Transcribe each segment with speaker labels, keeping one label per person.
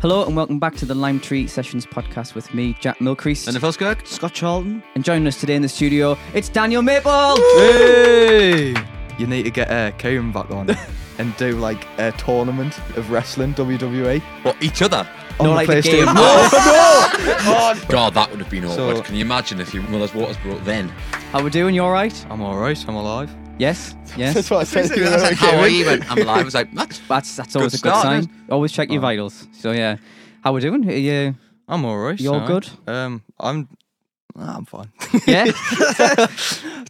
Speaker 1: Hello and welcome back to the Lime Tree Sessions podcast with me, Jack Milcrease.
Speaker 2: And the first Kirk.
Speaker 3: Scott Charlton.
Speaker 1: And joining us today in the studio, it's Daniel Maple.
Speaker 3: Hey! You need to get uh, Kieran back on and do like a tournament of wrestling E. WWE
Speaker 2: What, each other?
Speaker 3: on
Speaker 1: No,
Speaker 3: the
Speaker 1: like the
Speaker 3: PlayStation.
Speaker 1: game.
Speaker 3: no, no! Oh,
Speaker 2: God, that would have been awkward.
Speaker 3: So-
Speaker 2: Can you imagine if you Miller's Waters broke then?
Speaker 1: How we doing? You all right?
Speaker 3: I'm alright. I'm alive.
Speaker 1: Yes,
Speaker 3: That's
Speaker 1: yes.
Speaker 3: what I said. to you
Speaker 2: I was like,
Speaker 3: earlier,
Speaker 2: how are
Speaker 3: Kieran.
Speaker 2: you? And I'm alive. I was like, that's
Speaker 1: That's that's always
Speaker 2: Good
Speaker 1: a good
Speaker 2: start,
Speaker 1: sign.
Speaker 2: isn't
Speaker 1: Always check your vitals. So yeah, how we doing? Are you
Speaker 3: I'm alright.
Speaker 1: You all
Speaker 3: aye.
Speaker 1: good?
Speaker 3: Um, I'm. nah, I'm fine.
Speaker 1: yeah?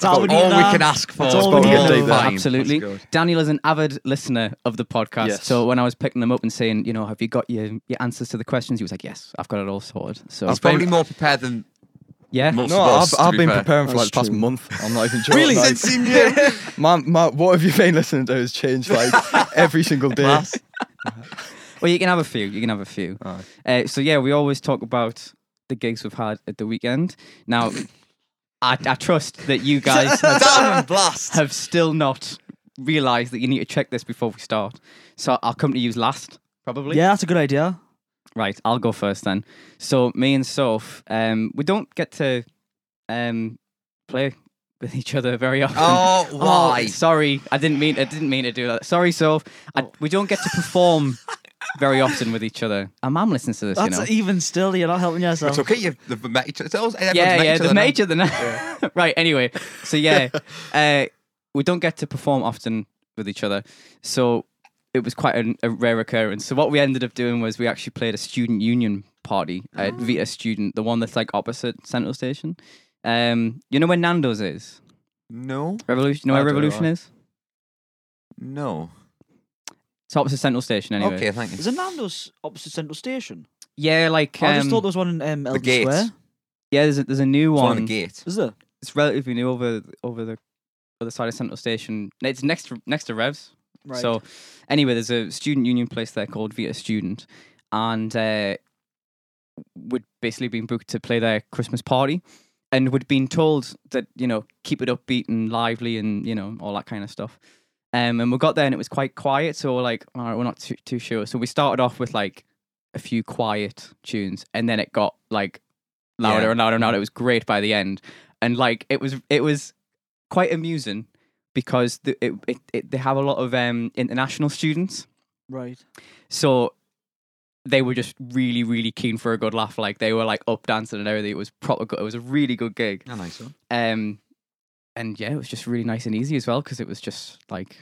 Speaker 2: all
Speaker 3: we
Speaker 2: we
Speaker 3: need now.
Speaker 2: can ask for.
Speaker 3: all we
Speaker 2: Fine.
Speaker 3: need now.
Speaker 2: Fine. That's
Speaker 1: Oh, Absolutely.
Speaker 2: good.
Speaker 1: Daniel is an avid listener of the podcast.
Speaker 3: Yes.
Speaker 1: So when I was picking them up and saying, you know, have you got your, your answers to the questions? He was like, yes, I've got it all sorted. So
Speaker 2: He's probably more prepared than
Speaker 1: yeah,
Speaker 2: most
Speaker 3: No,
Speaker 2: of us.
Speaker 3: I've,
Speaker 2: to
Speaker 3: I've
Speaker 2: be
Speaker 3: been
Speaker 2: fair.
Speaker 3: preparing for like the past
Speaker 4: That's true.
Speaker 3: month. I'm not even joking.
Speaker 2: Really?
Speaker 3: Like,
Speaker 2: Since you did.
Speaker 3: my, my, what have you been listening to has changed like every single day.
Speaker 2: Class.
Speaker 1: Well, you can have a few. You can have a few. Uh, so yeah, we always talk about the gigs we've had at the weekend. Now, I, I trust that you guys
Speaker 2: Damn blast.
Speaker 1: have still not realised that you need to check this before we start. So I'll come to you last, probably.
Speaker 4: Yeah, that's a good idea.
Speaker 1: Right, I'll go first then. So me and Soph, um, we don't get to um, play with each other very often.
Speaker 2: Oh, why?
Speaker 1: sorry, I didn't mean I didn't mean to do that. Sorry, Soph. I, we don't get to perform very often with each other. My mum listens to this,
Speaker 4: That's
Speaker 1: you know.
Speaker 4: even still, you're not helping yourself.
Speaker 2: It's okay. You've they've met each other. It's always- everyone's
Speaker 1: yeah,
Speaker 2: met
Speaker 1: yeah,
Speaker 2: each
Speaker 1: they've
Speaker 2: other now.
Speaker 1: met each other now. right, anyway. So, yeah, uh, we don't get to perform often with each other. So, it was quite an, a rare occurrence. So, what we ended up doing was we actually played a student union party at Vita Student, the one that's like opposite Central Station. Um, you know where Nando's is?
Speaker 2: No,
Speaker 1: Revolution. You know
Speaker 3: I
Speaker 1: where
Speaker 3: don't know.
Speaker 1: Revolution is?
Speaker 2: no.
Speaker 1: It's opposite Central Station, anyway.
Speaker 2: Okay, thank you.
Speaker 4: Is it Nando's opposite Central Station?
Speaker 1: Yeah, like. Um,
Speaker 4: I just thought there was one in um, Elgin
Speaker 2: gates.
Speaker 4: Square.
Speaker 1: yeah, there's a, there's a new
Speaker 2: It's
Speaker 1: one.
Speaker 2: on the gate.
Speaker 4: Is there?
Speaker 1: It's relatively new over over the other side of Central Station. It's next to, next to Revs. So, anyway, there's a student union place there called Vita Student, and uh, we'd basically been booked to play their Christmas party, and we'd been told that you know keep it upbeat and lively and you know all that kind of stuff. Um, and we got there and it was quite quiet, so we're like, all right, we're not too too sure. So we started off with like a few quiet tunes, and then it got like louder
Speaker 2: Yeah.
Speaker 1: and louder and louder. It was great by the end, and like it was it was quite amusing because the, it, it, it, they have a lot of um, international students,
Speaker 4: right.
Speaker 1: so they were just really really keen for a good laugh. Like they were like up dancing and everything. It was proper good. It was a really good gig.
Speaker 2: I think so.
Speaker 1: Um, and yeah, it was just really nice and easy as well because it was just like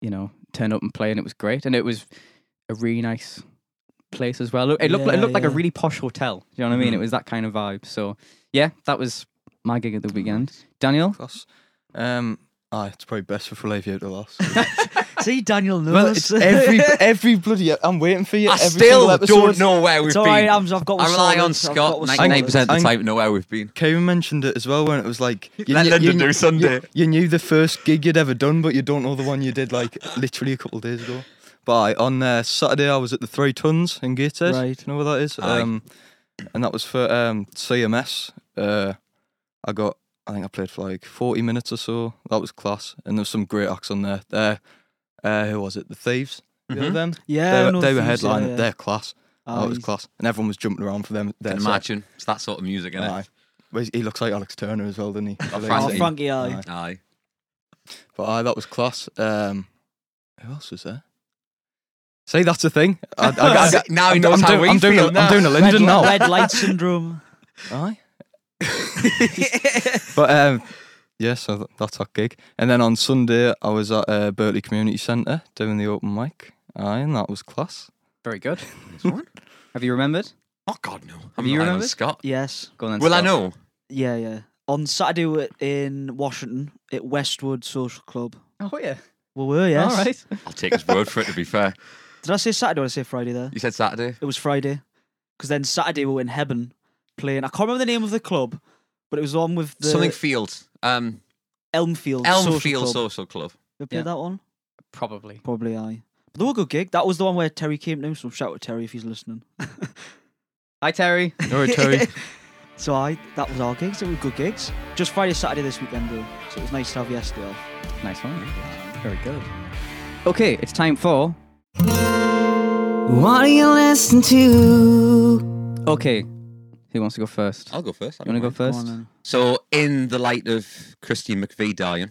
Speaker 1: you know turn up and play, and it was great. And it was a really nice place as well. Look- It looked it
Speaker 4: Yeah,
Speaker 1: looked like a
Speaker 4: yeah.
Speaker 1: really posh hotel. Do you know what I mean?
Speaker 2: Mhm.
Speaker 1: It was that kind of vibe. So yeah, that was my gig at the weekend. Daniel,
Speaker 3: Class. Um, aye, it's probably best for Flavio to last.
Speaker 4: See, Daniel knows.
Speaker 3: Well, it's every every bloody. I'm waiting for you.
Speaker 2: I
Speaker 3: every
Speaker 2: still
Speaker 3: single episode.
Speaker 2: don't know where we've
Speaker 4: It's all right,
Speaker 2: been.
Speaker 4: I'm, I've got.
Speaker 2: I rely on
Speaker 4: sorted, I've
Speaker 2: Scott
Speaker 4: got what's
Speaker 2: 99% of the
Speaker 3: I'm-
Speaker 2: time to know where we've been.
Speaker 3: Kieran mentioned it as well when it was like you
Speaker 2: Let
Speaker 3: knew-
Speaker 2: London
Speaker 3: you,
Speaker 2: do Sunday.
Speaker 3: You, you knew the first gig you'd ever done, but you don't know the one you did like literally a couple of days ago. But aye, on uh, Saturday I was at the Three Tons in Gateshead.
Speaker 4: Right.
Speaker 3: Do you know where that is?
Speaker 2: Aye.
Speaker 3: Um, and that was for um, CMS. Uh, I got. I think I played for like 40 minutes or so. That was class, and there was some great acts on there. There, uh, who was it? The Thieves. You know
Speaker 2: Mhm.
Speaker 3: them?
Speaker 4: Yeah,
Speaker 3: they,
Speaker 4: I
Speaker 3: were-
Speaker 4: know
Speaker 3: they
Speaker 4: the
Speaker 3: were
Speaker 4: things, yeah,
Speaker 3: headlining.
Speaker 4: yeah.
Speaker 3: They're class.
Speaker 4: Ah,
Speaker 3: that was
Speaker 4: he's-
Speaker 3: class, and everyone was jumping around for them. Their
Speaker 2: Can
Speaker 3: set.
Speaker 2: imagine. It's that sort of music, isn't
Speaker 3: Aye.
Speaker 2: it?
Speaker 3: Well, He looks like Alex Turner as well, doesn't he?
Speaker 2: Oh,
Speaker 4: Oh,
Speaker 2: Frankie.
Speaker 4: Frankie, aye.
Speaker 3: Aye.
Speaker 2: Aye.
Speaker 3: But aye, that was class. Um, who else was there? See, that's the thing. I, I, I,
Speaker 2: See, now he knows
Speaker 3: I'm
Speaker 2: how
Speaker 3: doing,
Speaker 2: we
Speaker 3: I'm doing
Speaker 2: feel
Speaker 3: a,
Speaker 2: now.
Speaker 3: I'm doing a
Speaker 4: Red,
Speaker 3: Linden now.
Speaker 4: red light syndrome.
Speaker 3: Aye. but um, yeah, so th- that's our gig. And then on Sunday, I was at uh, Berkeley Community Centre doing the open mic. Aye, and that was class.
Speaker 1: very good.
Speaker 2: Nice one.
Speaker 1: Have you remembered?
Speaker 2: Oh God, no! I'm
Speaker 1: you
Speaker 2: you
Speaker 1: remember?
Speaker 2: remember Scott?
Speaker 4: Yes.
Speaker 1: Go on then.
Speaker 2: Well, I
Speaker 1: Scott.
Speaker 2: know.
Speaker 4: Yeah, yeah. On Saturday we were in Washington at Westwood Social Club.
Speaker 1: Oh yeah.
Speaker 4: We were, yes.
Speaker 1: All right.
Speaker 2: I'll take his word for it. To be fair,
Speaker 4: Did I say Saturday or did I say Friday there?
Speaker 2: you said Saturday.
Speaker 4: It was Friday. Because then Saturday we were in Heaven playing. I can't remember the name of the club, but it was on with the
Speaker 2: Something Field, um,
Speaker 4: Elmfield. Social
Speaker 2: Elmfield
Speaker 4: Club.
Speaker 2: Social Club.
Speaker 4: We played
Speaker 1: Yeah.
Speaker 4: that one?
Speaker 1: Probably.
Speaker 4: Probably I. But they were a good gig. That was the one where Terry came to, so shout out Terry if he's listening.
Speaker 1: Hi Terry.
Speaker 3: All right, Terry.
Speaker 4: So I that was our gigs, they were good gigs. Just Friday, Saturday this weekend though. So it was nice to have yesterday off.
Speaker 1: Nice one. Very good. Okay, it's time for
Speaker 5: What are you listening to?
Speaker 1: Okay, who wants to go first?
Speaker 2: I'll go first. I
Speaker 1: you want to
Speaker 2: don't
Speaker 1: go
Speaker 2: mind.
Speaker 1: first?
Speaker 2: So, in the light of Christine McVie dying,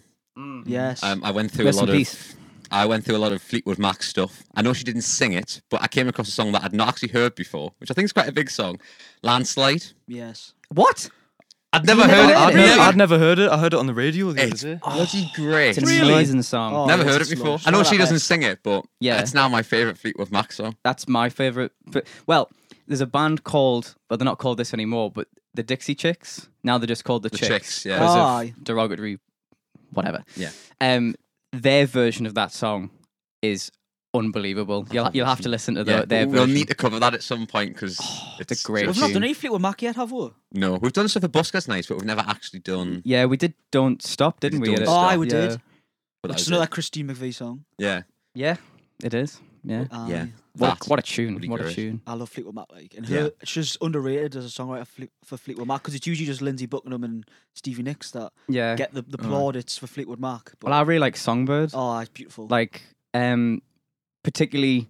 Speaker 4: Yes.
Speaker 2: um, I went through
Speaker 1: Rest
Speaker 2: a
Speaker 1: in
Speaker 2: lot of
Speaker 1: peace.
Speaker 2: I went through a lot of Fleetwood Mac stuff. I know she didn't sing it, but I came across a song that I'd not actually heard before, which I think is quite a big song, "Landslide."
Speaker 4: yes.
Speaker 1: What?
Speaker 2: I'd never
Speaker 1: never
Speaker 2: heard it.
Speaker 1: heard
Speaker 3: I'd,
Speaker 1: it?
Speaker 2: Never,
Speaker 1: Really?
Speaker 3: never, I'd never heard it. I heard it on the radio the other
Speaker 2: it's
Speaker 3: day.
Speaker 2: bloody great.
Speaker 1: It's an
Speaker 4: Really?
Speaker 1: amazing song.
Speaker 4: Oh.
Speaker 2: Never
Speaker 4: it's
Speaker 2: heard
Speaker 4: a
Speaker 2: it before.
Speaker 4: sludge.
Speaker 2: I know
Speaker 4: What
Speaker 2: she
Speaker 4: about
Speaker 2: doesn't
Speaker 4: it?
Speaker 2: sing it, but
Speaker 1: Yeah.
Speaker 2: yeah, it's now my favourite Fleetwood Mac song.
Speaker 1: That's my favorite. But well, there's a band called, well, they're not called this anymore, but the Dixie Chicks. Now they're just called the,
Speaker 2: The
Speaker 1: Chicks.
Speaker 2: Chicks, yeah.
Speaker 1: 'cause of
Speaker 4: Aye.
Speaker 1: derogatory, whatever.
Speaker 2: Yeah.
Speaker 1: Um, their version of that song is unbelievable. You'll you'll have to listen to the,
Speaker 2: Yeah,
Speaker 1: their
Speaker 2: we'll
Speaker 1: version.
Speaker 2: need to cover that at some point because
Speaker 1: it's a Oh, great
Speaker 4: We've
Speaker 1: We've
Speaker 4: not
Speaker 1: not
Speaker 4: done
Speaker 1: done
Speaker 4: any Fleetwood Mac yet, have we?
Speaker 2: No, we've done stuff for Buskers nights, but we've never actually done.
Speaker 1: yeah, we did. Don't stop, didn't
Speaker 2: did
Speaker 1: we?
Speaker 2: Don't
Speaker 1: It-
Speaker 4: Oh,
Speaker 2: Stop.
Speaker 4: I would
Speaker 1: yeah.
Speaker 4: did.
Speaker 2: but that
Speaker 4: Which is
Speaker 2: was
Speaker 4: another
Speaker 2: it.
Speaker 4: Christine McVie song.
Speaker 2: Yeah,
Speaker 1: Yeah, it is. Yeah.
Speaker 4: Um,
Speaker 2: yeah.
Speaker 1: What,
Speaker 2: that.
Speaker 1: a- what a tune!
Speaker 2: pretty
Speaker 1: What a
Speaker 2: great.
Speaker 1: tune!
Speaker 4: I love Fleetwood Mac. Like, and
Speaker 2: Yeah.
Speaker 4: her, she's underrated as a songwriter for Fleet- for Fleetwood Mac because it's usually just Lindsey Buckingham and Stevie Nicks that
Speaker 1: Yeah.
Speaker 4: get the, the
Speaker 3: Alright.
Speaker 4: plaudits for Fleetwood Mac. But,
Speaker 1: well, I really like Songbird.
Speaker 4: oh, it's beautiful.
Speaker 1: Like, um, particularly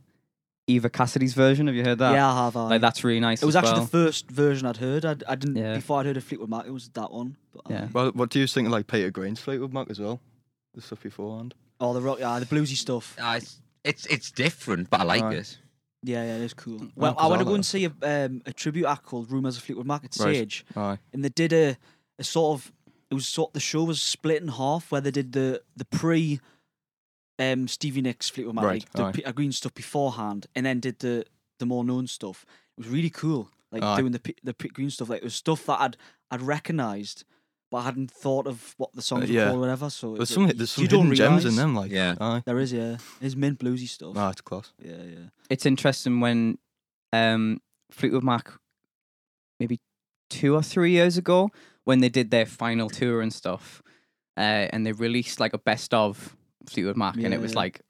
Speaker 1: Eva Cassidy's version. Have you heard that?
Speaker 4: yeah, I have. aye.
Speaker 1: Like that's really nice.
Speaker 4: It was
Speaker 1: as
Speaker 4: actually
Speaker 1: well.
Speaker 4: the first version I'd heard. I'd, I didn't
Speaker 1: Yeah.
Speaker 4: before I'd heard of Fleetwood Mac. It was that one. But, um,
Speaker 1: Yeah.
Speaker 4: aye.
Speaker 3: Well, what do you think of like Peter Green's Fleetwood Mac as well? The stuff beforehand.
Speaker 4: Oh, the rock, yeah, the bluesy stuff.
Speaker 2: Ah, it's- it's it's different, but I like
Speaker 3: Right.
Speaker 2: it.
Speaker 4: Yeah, yeah, it is cool.
Speaker 1: Mm,
Speaker 4: Well, I
Speaker 3: 'cause
Speaker 4: want
Speaker 3: I'll
Speaker 4: to go and
Speaker 3: know.
Speaker 4: see a, um, a tribute act called Rumours of Fleetwood Mac at
Speaker 3: Right.
Speaker 4: Sage,
Speaker 3: Aye.
Speaker 4: and they did a, a sort of it was sort the show was split in half where they did the the pre um, Stevie Nicks Fleetwood Mac,
Speaker 3: Right,
Speaker 4: like the
Speaker 3: aye.
Speaker 4: Peter Green stuff beforehand, and then did the the more known stuff. It was really cool, like
Speaker 3: Aye.
Speaker 4: doing the Pe- the Peter Green stuff. Like it was stuff that I'd I'd recognised, but I hadn't thought of what the songs were
Speaker 3: Uh, yeah.
Speaker 4: called or whatever. So it-
Speaker 3: There's
Speaker 4: it-
Speaker 3: some
Speaker 4: you-
Speaker 3: there's some
Speaker 4: you don't
Speaker 3: hidden gems in
Speaker 4: realise.
Speaker 3: them. Like
Speaker 2: Yeah.
Speaker 3: Aye.
Speaker 4: There is, yeah. It's mint bluesy stuff.
Speaker 3: Nah, it's class.
Speaker 4: Yeah, yeah.
Speaker 1: it's interesting when um, Fleetwood Mac, maybe two or three years ago, when they did their final tour and stuff, uh, and they released like a best of Fleetwood Mac, and
Speaker 4: Yeah,
Speaker 1: it was
Speaker 4: yeah.
Speaker 1: like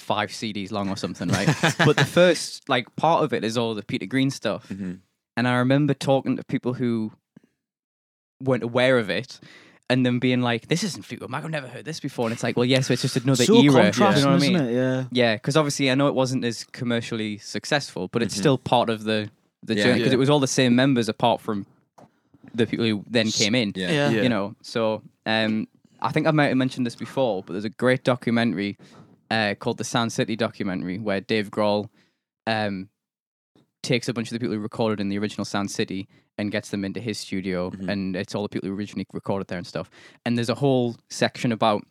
Speaker 1: five CDs long or something, right? but the first like part of it is all the Peter Green stuff,
Speaker 4: Mm-hmm.
Speaker 2: Mhm.
Speaker 1: and I remember talking to people who weren't aware of it. And them being like, "This isn't Fleetwood Mac. I've never heard this before." And it's like, "Well, yes, yeah, so it's just another
Speaker 4: so
Speaker 1: era."
Speaker 4: contrasting,
Speaker 1: you know what I mean?
Speaker 4: isn't it? Yeah.
Speaker 1: Yeah, because obviously I know it wasn't as commercially successful, but it's
Speaker 2: Mhm.
Speaker 1: still part of the the
Speaker 2: Yeah.
Speaker 1: journey because
Speaker 3: Yeah.
Speaker 1: it was all the same members apart from the people who then came in.
Speaker 2: Yeah.
Speaker 4: Yeah.
Speaker 3: Yeah.
Speaker 1: You know, so um, I think I might have mentioned this before, but there's a great documentary uh, called the Sound City documentary where Dave Grohl um, takes a bunch of the people who recorded in the original Sound City and gets them into his studio,
Speaker 2: Mhm.
Speaker 1: and it's all the people who originally recorded there and stuff. And there's a whole section about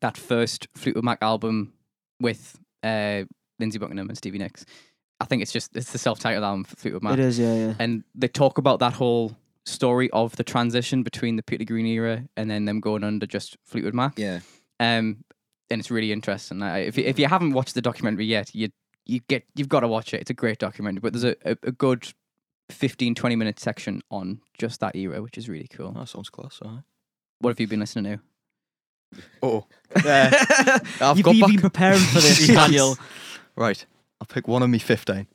Speaker 1: that first Fleetwood Mac album with uh, Lindsey Buckingham and Stevie Nicks. I think it's just it's the self-titled album for Fleetwood Mac,
Speaker 4: It is, yeah, yeah.
Speaker 1: and they talk about that whole story of the transition between the Peter Green era and then them going under just Fleetwood Mac.
Speaker 2: Yeah.
Speaker 1: Um, and it's really interesting. I, if you, if you haven't watched the documentary yet, you you get you've got to watch it. It's a great documentary, but there's a, a, a good 15, 20 minute section on just that era, which is really cool.
Speaker 3: That sounds class. Aye.
Speaker 1: What have you been listening to?
Speaker 3: Oh. I've
Speaker 4: You've
Speaker 3: got
Speaker 4: been
Speaker 3: back-
Speaker 4: preparing for this,
Speaker 3: Yes.
Speaker 4: Daniel.
Speaker 3: Right. I'll pick one of me fifteen.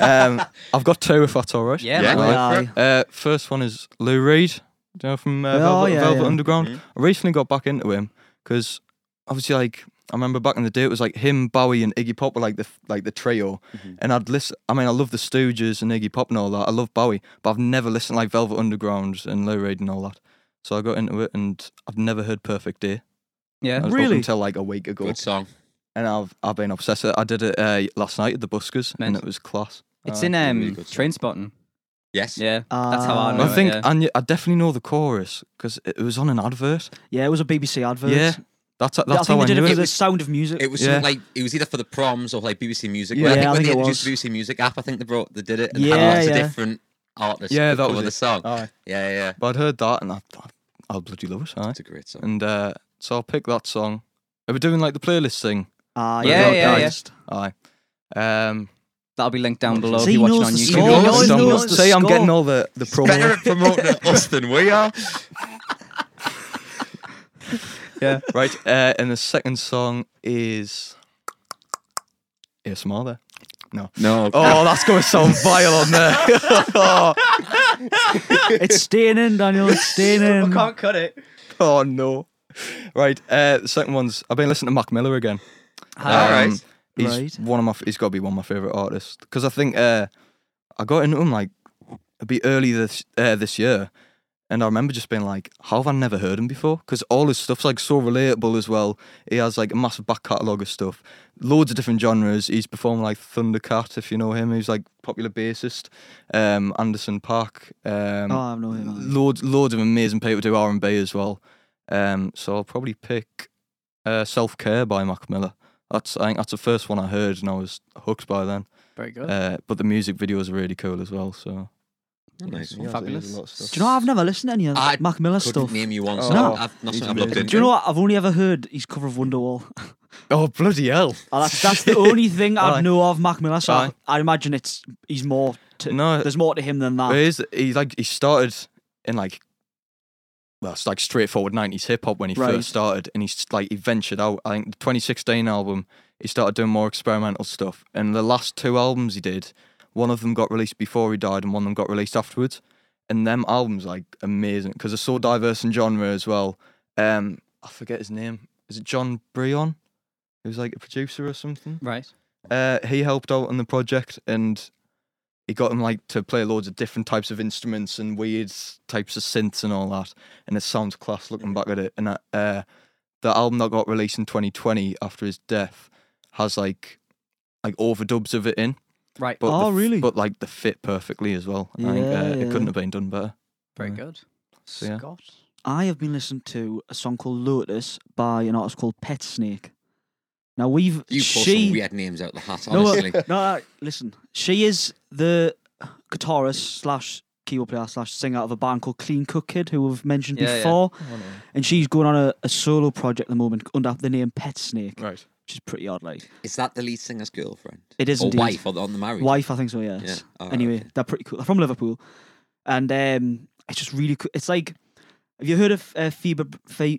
Speaker 3: um, I've got two if that's all right.
Speaker 1: Yeah,
Speaker 2: Yeah.
Speaker 1: man.
Speaker 3: Aye.
Speaker 4: Aye.
Speaker 3: Uh, first one is Lou Reed, do you know, from uh,
Speaker 4: Oh,
Speaker 3: Velvet,
Speaker 4: yeah,
Speaker 3: Velvet
Speaker 4: yeah.
Speaker 3: Underground.
Speaker 2: Mhm.
Speaker 3: I recently got back into him because obviously, like I remember back in the day, it was like him, Bowie, and Iggy Pop were like the like the trio.
Speaker 2: Mm-hmm.
Speaker 3: And I'd listen. I mean, I love the Stooges and Iggy Pop and all that. I love Bowie, but I've never listened to, like Velvet Underground and Lou Reed and all that. So I got into it, and I've never heard Perfect Day.
Speaker 1: Yeah.
Speaker 3: That was up
Speaker 4: Really?
Speaker 3: until like a week ago,
Speaker 2: Good song.
Speaker 3: and I've I've been obsessed. With it. I did it uh, last night at the Buskers, and
Speaker 1: Nice.
Speaker 3: it was class.
Speaker 1: It's
Speaker 3: Aye.
Speaker 1: in
Speaker 2: really
Speaker 1: um,
Speaker 2: good song.
Speaker 1: Train Spotting.
Speaker 2: Yes.
Speaker 1: Yeah. That's how I
Speaker 4: Ah.
Speaker 1: know.
Speaker 3: I
Speaker 1: it,
Speaker 3: think
Speaker 1: yeah.
Speaker 3: and I definitely know the chorus because it was on an advert.
Speaker 4: Yeah, it was a BBC advert.
Speaker 3: Yeah, that's that's
Speaker 4: I think
Speaker 3: how I
Speaker 4: they did
Speaker 3: knew
Speaker 4: it for
Speaker 3: it.
Speaker 4: the Sound of Music.
Speaker 2: It was
Speaker 3: Yeah.
Speaker 2: like it was either for the proms or like BBC Music. Yeah, I
Speaker 3: Yeah,
Speaker 2: think
Speaker 4: yeah, I
Speaker 2: when
Speaker 4: think
Speaker 2: they
Speaker 4: it
Speaker 2: introduced the BBC Music app, I think they brought they did it and
Speaker 4: Yeah,
Speaker 2: had lots
Speaker 4: yeah.
Speaker 2: of different artists.
Speaker 3: Yeah,
Speaker 2: to
Speaker 3: that
Speaker 2: cover
Speaker 3: was
Speaker 2: the
Speaker 3: it.
Speaker 2: song.
Speaker 3: Aye.
Speaker 2: Yeah, yeah,
Speaker 3: But I'd heard that and I thought, I'll bloody love it. Aye.
Speaker 2: it's a great song.
Speaker 3: And uh, so I'll pick that song. Are we doing like the playlist thing?
Speaker 4: Ah,
Speaker 1: Yeah,
Speaker 4: yeah,
Speaker 1: yeah, yeah.
Speaker 3: Aye. Um,
Speaker 1: That'll be linked down below
Speaker 4: So
Speaker 1: if
Speaker 4: he
Speaker 1: you're watching
Speaker 4: knows
Speaker 1: on
Speaker 4: the
Speaker 1: YouTube.
Speaker 4: score.
Speaker 2: knows
Speaker 4: knows
Speaker 2: the
Speaker 3: Dom,
Speaker 4: knows Oh, the
Speaker 3: say I'm
Speaker 4: score.
Speaker 3: getting all the the
Speaker 2: Better
Speaker 3: promo.
Speaker 2: at promoting us than we are.
Speaker 3: yeah. Right. Uh, and the second song is ASMR there.
Speaker 2: No,
Speaker 3: Oh, that's going to sound vile on there.
Speaker 4: It's staying in, Daniel. It's staying in.
Speaker 1: cut it.
Speaker 3: oh no. Right. Uh, the second one's I've been listening to Mac Miller again.
Speaker 2: All right.
Speaker 3: Um, He's
Speaker 4: Right.
Speaker 3: one of my. f- He's got to be one of my favorite artists because I think uh, I got into him like a bit early this uh, this year, and I remember just being like, "How have I never heard him before?" Because all his stuff's like so relatable as well. He has like a massive back catalogue of stuff, loads of different genres. He's performed like Thundercat, if you know him, who's like popular bassist, um, Anderson Park, um,
Speaker 4: oh, I know him.
Speaker 3: loads loads of amazing people do R and B as well. Um, so I'll probably pick uh, Self Care by Mac Miller. That's I think that's the first one I heard and I was hooked by then.
Speaker 1: Very good.
Speaker 3: Uh, but the music videos are really cool as well. So
Speaker 2: Nice.
Speaker 3: Yeah, there's
Speaker 1: Fabulous.
Speaker 3: a lot of stuff.
Speaker 4: Do you know I've never listened to any of
Speaker 2: I
Speaker 4: that Mac Miller
Speaker 2: Couldn't
Speaker 4: stuff?
Speaker 2: name you one
Speaker 3: Oh,
Speaker 2: song.
Speaker 4: no.
Speaker 2: I've not
Speaker 3: He's
Speaker 2: something I've looked
Speaker 3: amazing.
Speaker 2: into.
Speaker 4: Do you know what? I've only ever heard his cover of Wonderwall.
Speaker 3: Oh bloody hell!
Speaker 4: Oh, that's, that's the only thing I
Speaker 3: Aye.
Speaker 4: know of Mac Miller. So I,
Speaker 3: Aye.
Speaker 4: I imagine it's he's more. To,
Speaker 3: No,
Speaker 4: there's more to him than that.
Speaker 3: it is. He like he started in like well, it's like straightforward '90s hip hop when he
Speaker 4: Right.
Speaker 3: first started, and he's like he ventured out. I think the 2016 album he started doing more experimental stuff, and the last two albums he did, one of them got released before he died, and one of them got released afterwards. And them albums like amazing because they're so diverse in genre as well. Um, I forget his name. Is it John Breon? Who's like a producer or something?
Speaker 1: right.
Speaker 3: uh, he helped out on the project and he got him like to play loads of different types of instruments and weird types of synths and all that and it sounds class looking back at it and that, uh, the album that got released in 2020 after his death has like like overdubs of it in
Speaker 1: Right.
Speaker 3: but the
Speaker 4: Oh,
Speaker 3: f-
Speaker 4: really?
Speaker 3: but like the fit perfectly as well I think
Speaker 4: Yeah,
Speaker 3: uh,
Speaker 4: yeah.
Speaker 3: it couldn't have been done better
Speaker 1: Very
Speaker 3: Yeah.
Speaker 1: good.
Speaker 3: So, yeah.
Speaker 1: Scott.
Speaker 4: I have been listening to a song called Lotus by an artist called Pet Snake. Now we've
Speaker 2: You pull
Speaker 4: she
Speaker 2: some weird names out the hat,
Speaker 4: No, uh,
Speaker 2: honestly.
Speaker 4: no, no, listen. She is the guitarist slash keyboard player slash singer of a band called Clean Cook Kid, who we've mentioned
Speaker 1: Yeah, yeah.
Speaker 4: before, and she's going on a, a solo project at the moment under the name Pet Snake,
Speaker 3: right
Speaker 4: which is pretty odd. Like
Speaker 2: Is that the lead singer's girlfriend?
Speaker 4: it is
Speaker 2: Or
Speaker 4: indeed.
Speaker 2: wife, or the- on the married?
Speaker 4: Wife, I think so. Yes.
Speaker 2: Yeah. alright,
Speaker 4: anyway,
Speaker 2: okay.
Speaker 4: they're pretty cool. They're from Liverpool, and um, it's just really cool. It's like, have you heard of uh, Phoebe, Phoebe,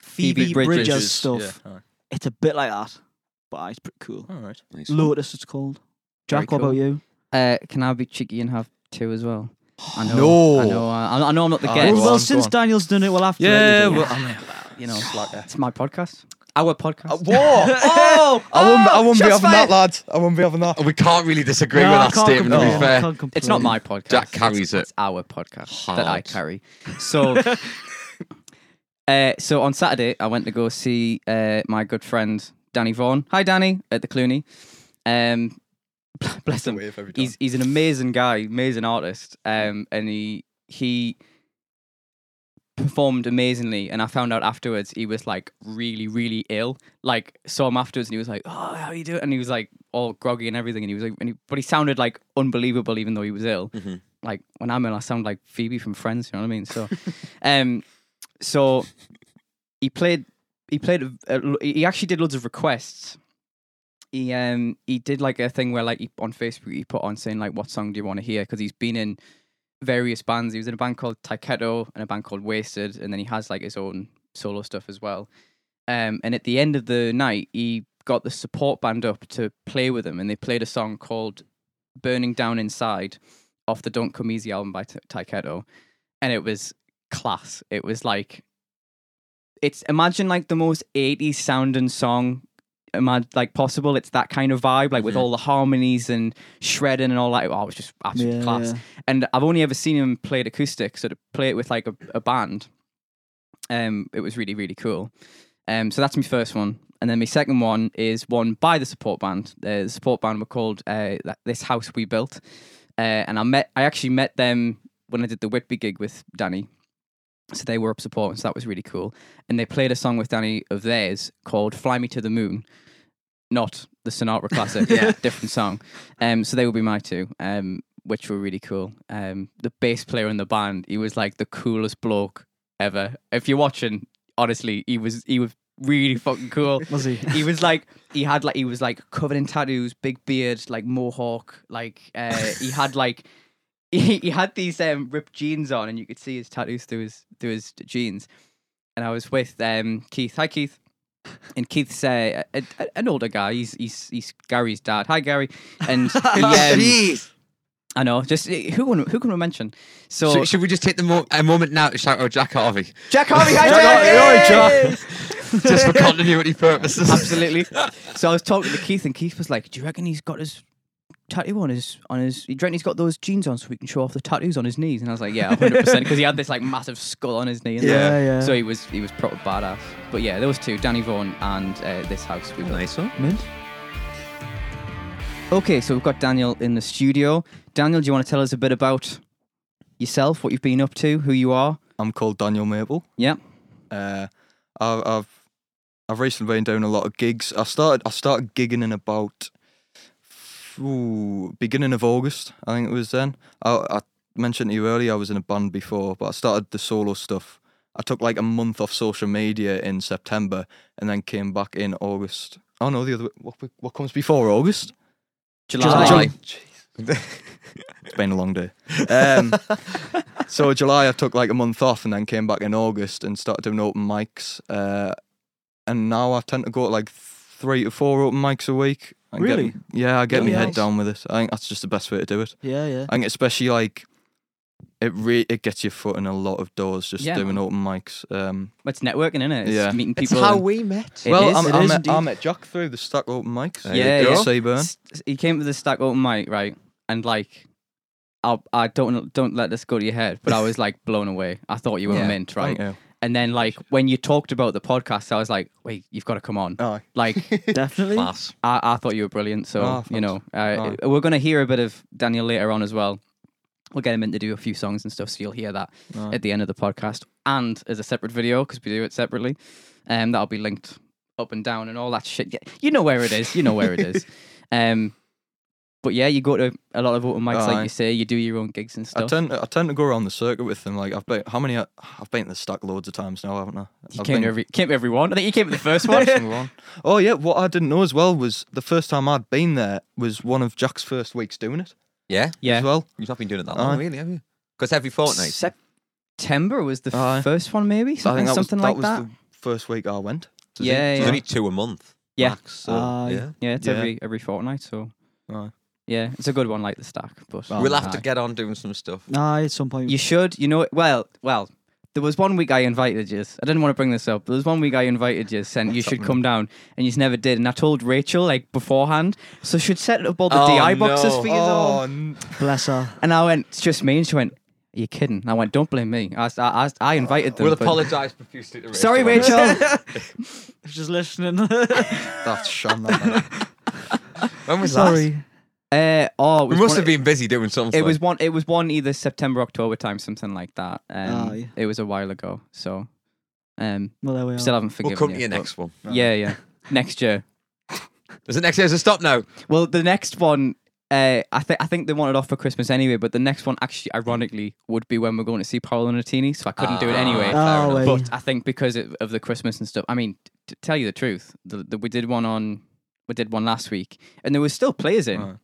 Speaker 4: Phoebe, Bridges, stuff? It's a bit like that, but ah, it's pretty cool.
Speaker 3: all right
Speaker 2: Nice.
Speaker 4: Lotus, it's called. Jack,
Speaker 1: Very
Speaker 4: what
Speaker 1: cool.
Speaker 4: about you?
Speaker 1: Uh, can I be cheeky and have two as well? I know. I
Speaker 3: No.
Speaker 1: know. uh, I, I know. I'm not the
Speaker 3: Oh,
Speaker 1: guest.
Speaker 4: well,
Speaker 3: go
Speaker 4: well,
Speaker 3: on, go
Speaker 4: since
Speaker 3: on.
Speaker 4: Daniel's done it, we'll have to. let
Speaker 3: yeah, uh,
Speaker 4: you do it.
Speaker 3: well, I mean,
Speaker 1: you know,
Speaker 3: slacker.
Speaker 1: it's my podcast. Our podcast.
Speaker 3: Uh, what? oh, I won't, I won't be
Speaker 1: shots
Speaker 3: having that,
Speaker 1: fired.
Speaker 3: lad. I won't be having that.
Speaker 2: Oh, We can't really disagree
Speaker 4: No, I
Speaker 2: with that
Speaker 4: can't
Speaker 2: statement, to
Speaker 4: complain,
Speaker 2: be
Speaker 4: I
Speaker 2: fair.
Speaker 4: can't complain.
Speaker 1: It's not my podcast.
Speaker 2: Jack carries
Speaker 1: it's,
Speaker 2: it
Speaker 1: It's our podcast that I
Speaker 2: hard.
Speaker 1: carry. So, uh, so on Saturday, I went to go see uh, my good friend Danny Vaughan. Hi, Danny, at the Clooney. Um, bless him. He's he's an amazing guy, amazing artist, um, and he he performed amazingly. And I found out afterwards he was like really, really ill. Like saw him afterwards, and he was like, "Oh, how you doing?" And he was like all groggy and everything. And he was like, and he, but he sounded like unbelievable, even though he was ill.
Speaker 2: Mhm.
Speaker 1: Like when I'm ill, I sound like Phoebe from Friends. You know what I mean? So, um, so he played. He played. a- a lo- he actually did loads of requests he um he did like a thing where like he, on Facebook he put on saying like what song do you want to hear because he's been in various bands. He was in a band called Taiketo and a band called Wasted, and then he has like his own solo stuff as well. Um, and at the end of the night, he got the support band up to play with him, and they played a song called "Burning Down Inside" off the Don't Come Easy album by Ta- Taiketo, and it was class. It was like it's imagine like the most 80s sounding song imagine, like possible it's that kind of vibe like with
Speaker 2: Mhm.
Speaker 4: Mm-hmm.
Speaker 1: all the harmonies and shredding and all that oh, it was just absolutely
Speaker 4: Yeah,
Speaker 1: class
Speaker 4: yeah.
Speaker 1: and I've only ever seen him play it acoustic, so to play it with like a, a band, um, it was really really cool. Um, so that's my first one, and then my second one is one by the support band. Uh, the support band were called uh, Th- "This House We Built," uh, and I met I actually met them when I did the Whitby gig with Danny. So they were up supporting, so that was really cool. And they played a song with Danny of theirs called "Fly Me to the Moon," not the Sinatra classic,
Speaker 2: Yeah.
Speaker 1: different song. Um, so they would be my two, um, which were really cool. Um, the bass player in the band, he was like the coolest bloke ever. If you're watching, honestly, he was he was really fucking cool.
Speaker 4: Was he?
Speaker 1: He was like he had like he was like covered in tattoos, big beard, like mohawk, like uh, he had like he, he had these um, ripped jeans on, and you could see his tattoos through his through his jeans. And I was with um, Keith. Hi, Keith. And Keith's uh, a, a- an older guy. He's he's he's Gary's dad. Hi, Gary. And he, um,
Speaker 2: Jeez.
Speaker 1: I know. Just eh, who can who can we mention? So
Speaker 2: should, should we just take the mo- a moment now to shout out Jack Harvey,
Speaker 1: Jack Harvey,
Speaker 2: just for continuity purposes?
Speaker 1: Absolutely. So I was talking to Keith, and Keith was like, "Do you reckon he's got his tattoo on his on his? Do you reckon he's got those jeans on so we can show off the tattoos on his knees?" And I was like, "Yeah, 100 percent," because he had this like massive skull on his knee. And
Speaker 4: Yeah,
Speaker 1: that.
Speaker 4: yeah.
Speaker 1: So he was he was proper badass. But yeah, those two, Danny Vaughan and uh, this house. We built.
Speaker 2: Nice one.
Speaker 4: Mint.
Speaker 1: Okay, so we've got Daniel in the studio. Daniel, do you want to tell us a bit about yourself, what you've been up to, who you are?
Speaker 3: I'm called Daniel Maple.
Speaker 1: Yeah.
Speaker 3: Uh, I've, I've I've recently been doing a lot of gigs. I started I started gigging in about ooh, beginning of August. I think it was then. I, I mentioned to you earlier I was in a band before, but I started the solo stuff. I took like a month off social media in September and then came back in August. Oh no, the other what what comes before August?
Speaker 1: July.
Speaker 2: July.
Speaker 3: It's been a long day. Um, so July, I took like a month off, and then came back in August and started doing open mics. Uh, and now I tend to go to like three to four open mics a week. and get-
Speaker 4: Really?
Speaker 3: yeah, I get my
Speaker 4: Yeah.
Speaker 3: head down with it. I think that's just the best way to do it.
Speaker 4: Yeah, yeah.
Speaker 3: I think especially like it re- it gets your foot in a lot of doors just
Speaker 1: Yeah,
Speaker 3: doing open mics. Um,
Speaker 1: It's networking, isn't it? It's
Speaker 3: Yeah.
Speaker 1: meeting
Speaker 2: It's
Speaker 1: people.
Speaker 2: how
Speaker 1: and-
Speaker 2: we met.
Speaker 1: It
Speaker 3: well,
Speaker 1: is,
Speaker 3: I'm,
Speaker 1: it
Speaker 3: I,
Speaker 1: is
Speaker 3: met,
Speaker 1: indeed.
Speaker 3: I met Jack through the Stack Open Mics.
Speaker 2: There
Speaker 1: Yeah,
Speaker 3: at
Speaker 1: yeah.
Speaker 3: Seaburn.
Speaker 1: S- He came to the stack open mic, right? And like, I'll, I don't don't let this go to your head, but I was like blown away. I thought you were
Speaker 3: Yeah.
Speaker 1: mint, right?
Speaker 3: Thank you.
Speaker 1: And then like when you talked about the podcast, I was like, wait, you've got to come on.
Speaker 3: Aye.
Speaker 1: Like,
Speaker 4: Definitely.
Speaker 2: Class.
Speaker 1: I, I thought you were brilliant. So
Speaker 3: Oh,
Speaker 1: you
Speaker 3: thanks.
Speaker 1: know, uh, we're gonna hear a bit of Daniel later on as well. We'll get him in to do a few songs and stuff, so you'll hear that
Speaker 3: Right.
Speaker 1: at the end of the podcast and as a separate video because we do it separately. Um, that'll be linked up and down and all that shit. Yeah, you know where it is. You know where it is. Um, but yeah, you go to a lot of open mics, like
Speaker 3: Aye.
Speaker 1: you say. You do your own gigs and
Speaker 3: I
Speaker 1: stuff.
Speaker 3: tend, I tend to go around the circuit with them. Like I've been, how many? I, I've been to the stack loads of times now, haven't I?
Speaker 1: You
Speaker 3: I've
Speaker 1: came
Speaker 3: been
Speaker 1: to every came to every one. I think you came to the first one.
Speaker 3: every single one. Oh yeah, what I didn't know as well was the first time I'd been there was one of Jack's first weeks doing it
Speaker 2: Yeah,
Speaker 3: as
Speaker 1: yeah,
Speaker 3: well.
Speaker 2: you've not been doing it that
Speaker 3: Aye.
Speaker 2: long, really, have you? Because every fortnight.
Speaker 1: September was the
Speaker 3: Aye.
Speaker 1: first one, maybe
Speaker 3: So I
Speaker 1: something,
Speaker 3: think that
Speaker 1: something
Speaker 3: was,
Speaker 1: like
Speaker 3: that
Speaker 1: that.
Speaker 3: was the first week I went.
Speaker 2: There's
Speaker 1: Yeah,
Speaker 2: only-
Speaker 1: yeah.
Speaker 2: There's only two a month.
Speaker 1: Yeah.
Speaker 2: Max, so,
Speaker 4: Aye.
Speaker 2: yeah.
Speaker 1: Yeah, it's
Speaker 3: Yeah.
Speaker 1: every every fortnight. So
Speaker 3: Aye.
Speaker 1: yeah, it's a good one like the stack. But
Speaker 3: Well,
Speaker 2: We'll have to
Speaker 1: aye.
Speaker 2: get on doing some stuff.
Speaker 4: Nah, at some point.
Speaker 1: You should, you know. Well, well, there was one week I invited you. I didn't want to bring this up. But there was one week I invited you, saying you should come down, and you never did. And I told Rachel like beforehand, so she'd set up all the
Speaker 2: Oh,
Speaker 1: DI boxes
Speaker 2: no.
Speaker 1: for you.
Speaker 3: Oh.
Speaker 1: all.
Speaker 3: n-
Speaker 4: Bless her.
Speaker 1: And I went, it's just me. And she went, Are you kidding? And I went, Don't blame me. I s- I, I, I invited them.
Speaker 2: We'll
Speaker 1: but-
Speaker 2: apologise profusely to Rachel.
Speaker 1: Sorry, Rachel.
Speaker 4: Just listening.
Speaker 3: that's sham. That, man.
Speaker 2: When was that?
Speaker 4: Sorry.
Speaker 1: uh, oh, it
Speaker 2: We
Speaker 1: was
Speaker 2: must
Speaker 1: one-
Speaker 2: have been busy doing something.
Speaker 1: It was one. It was one either September, October time, something like that. Um,
Speaker 4: Aye.
Speaker 1: It was a while ago, so um,
Speaker 4: Well, there we are.
Speaker 1: still haven't
Speaker 2: We'll
Speaker 1: forgiven
Speaker 2: come
Speaker 1: you.
Speaker 2: to your
Speaker 1: but-
Speaker 2: next one.
Speaker 1: Yeah, yeah. next year.
Speaker 2: Is it next year? Is it stop now?
Speaker 1: Well, the next one, uh, I think I think they wanted off for Christmas anyway. But the next one, actually, ironically, would be when we're going to see Paolo Nutini, so I couldn't do it
Speaker 2: Ah,
Speaker 1: anyway.
Speaker 2: fair
Speaker 4: Oh,
Speaker 2: enough.
Speaker 4: wait.
Speaker 1: But I think because it, of the Christmas and stuff. I mean, to tell you the truth, the, the, we did one on we did one last week, and there was still players in.
Speaker 3: Right.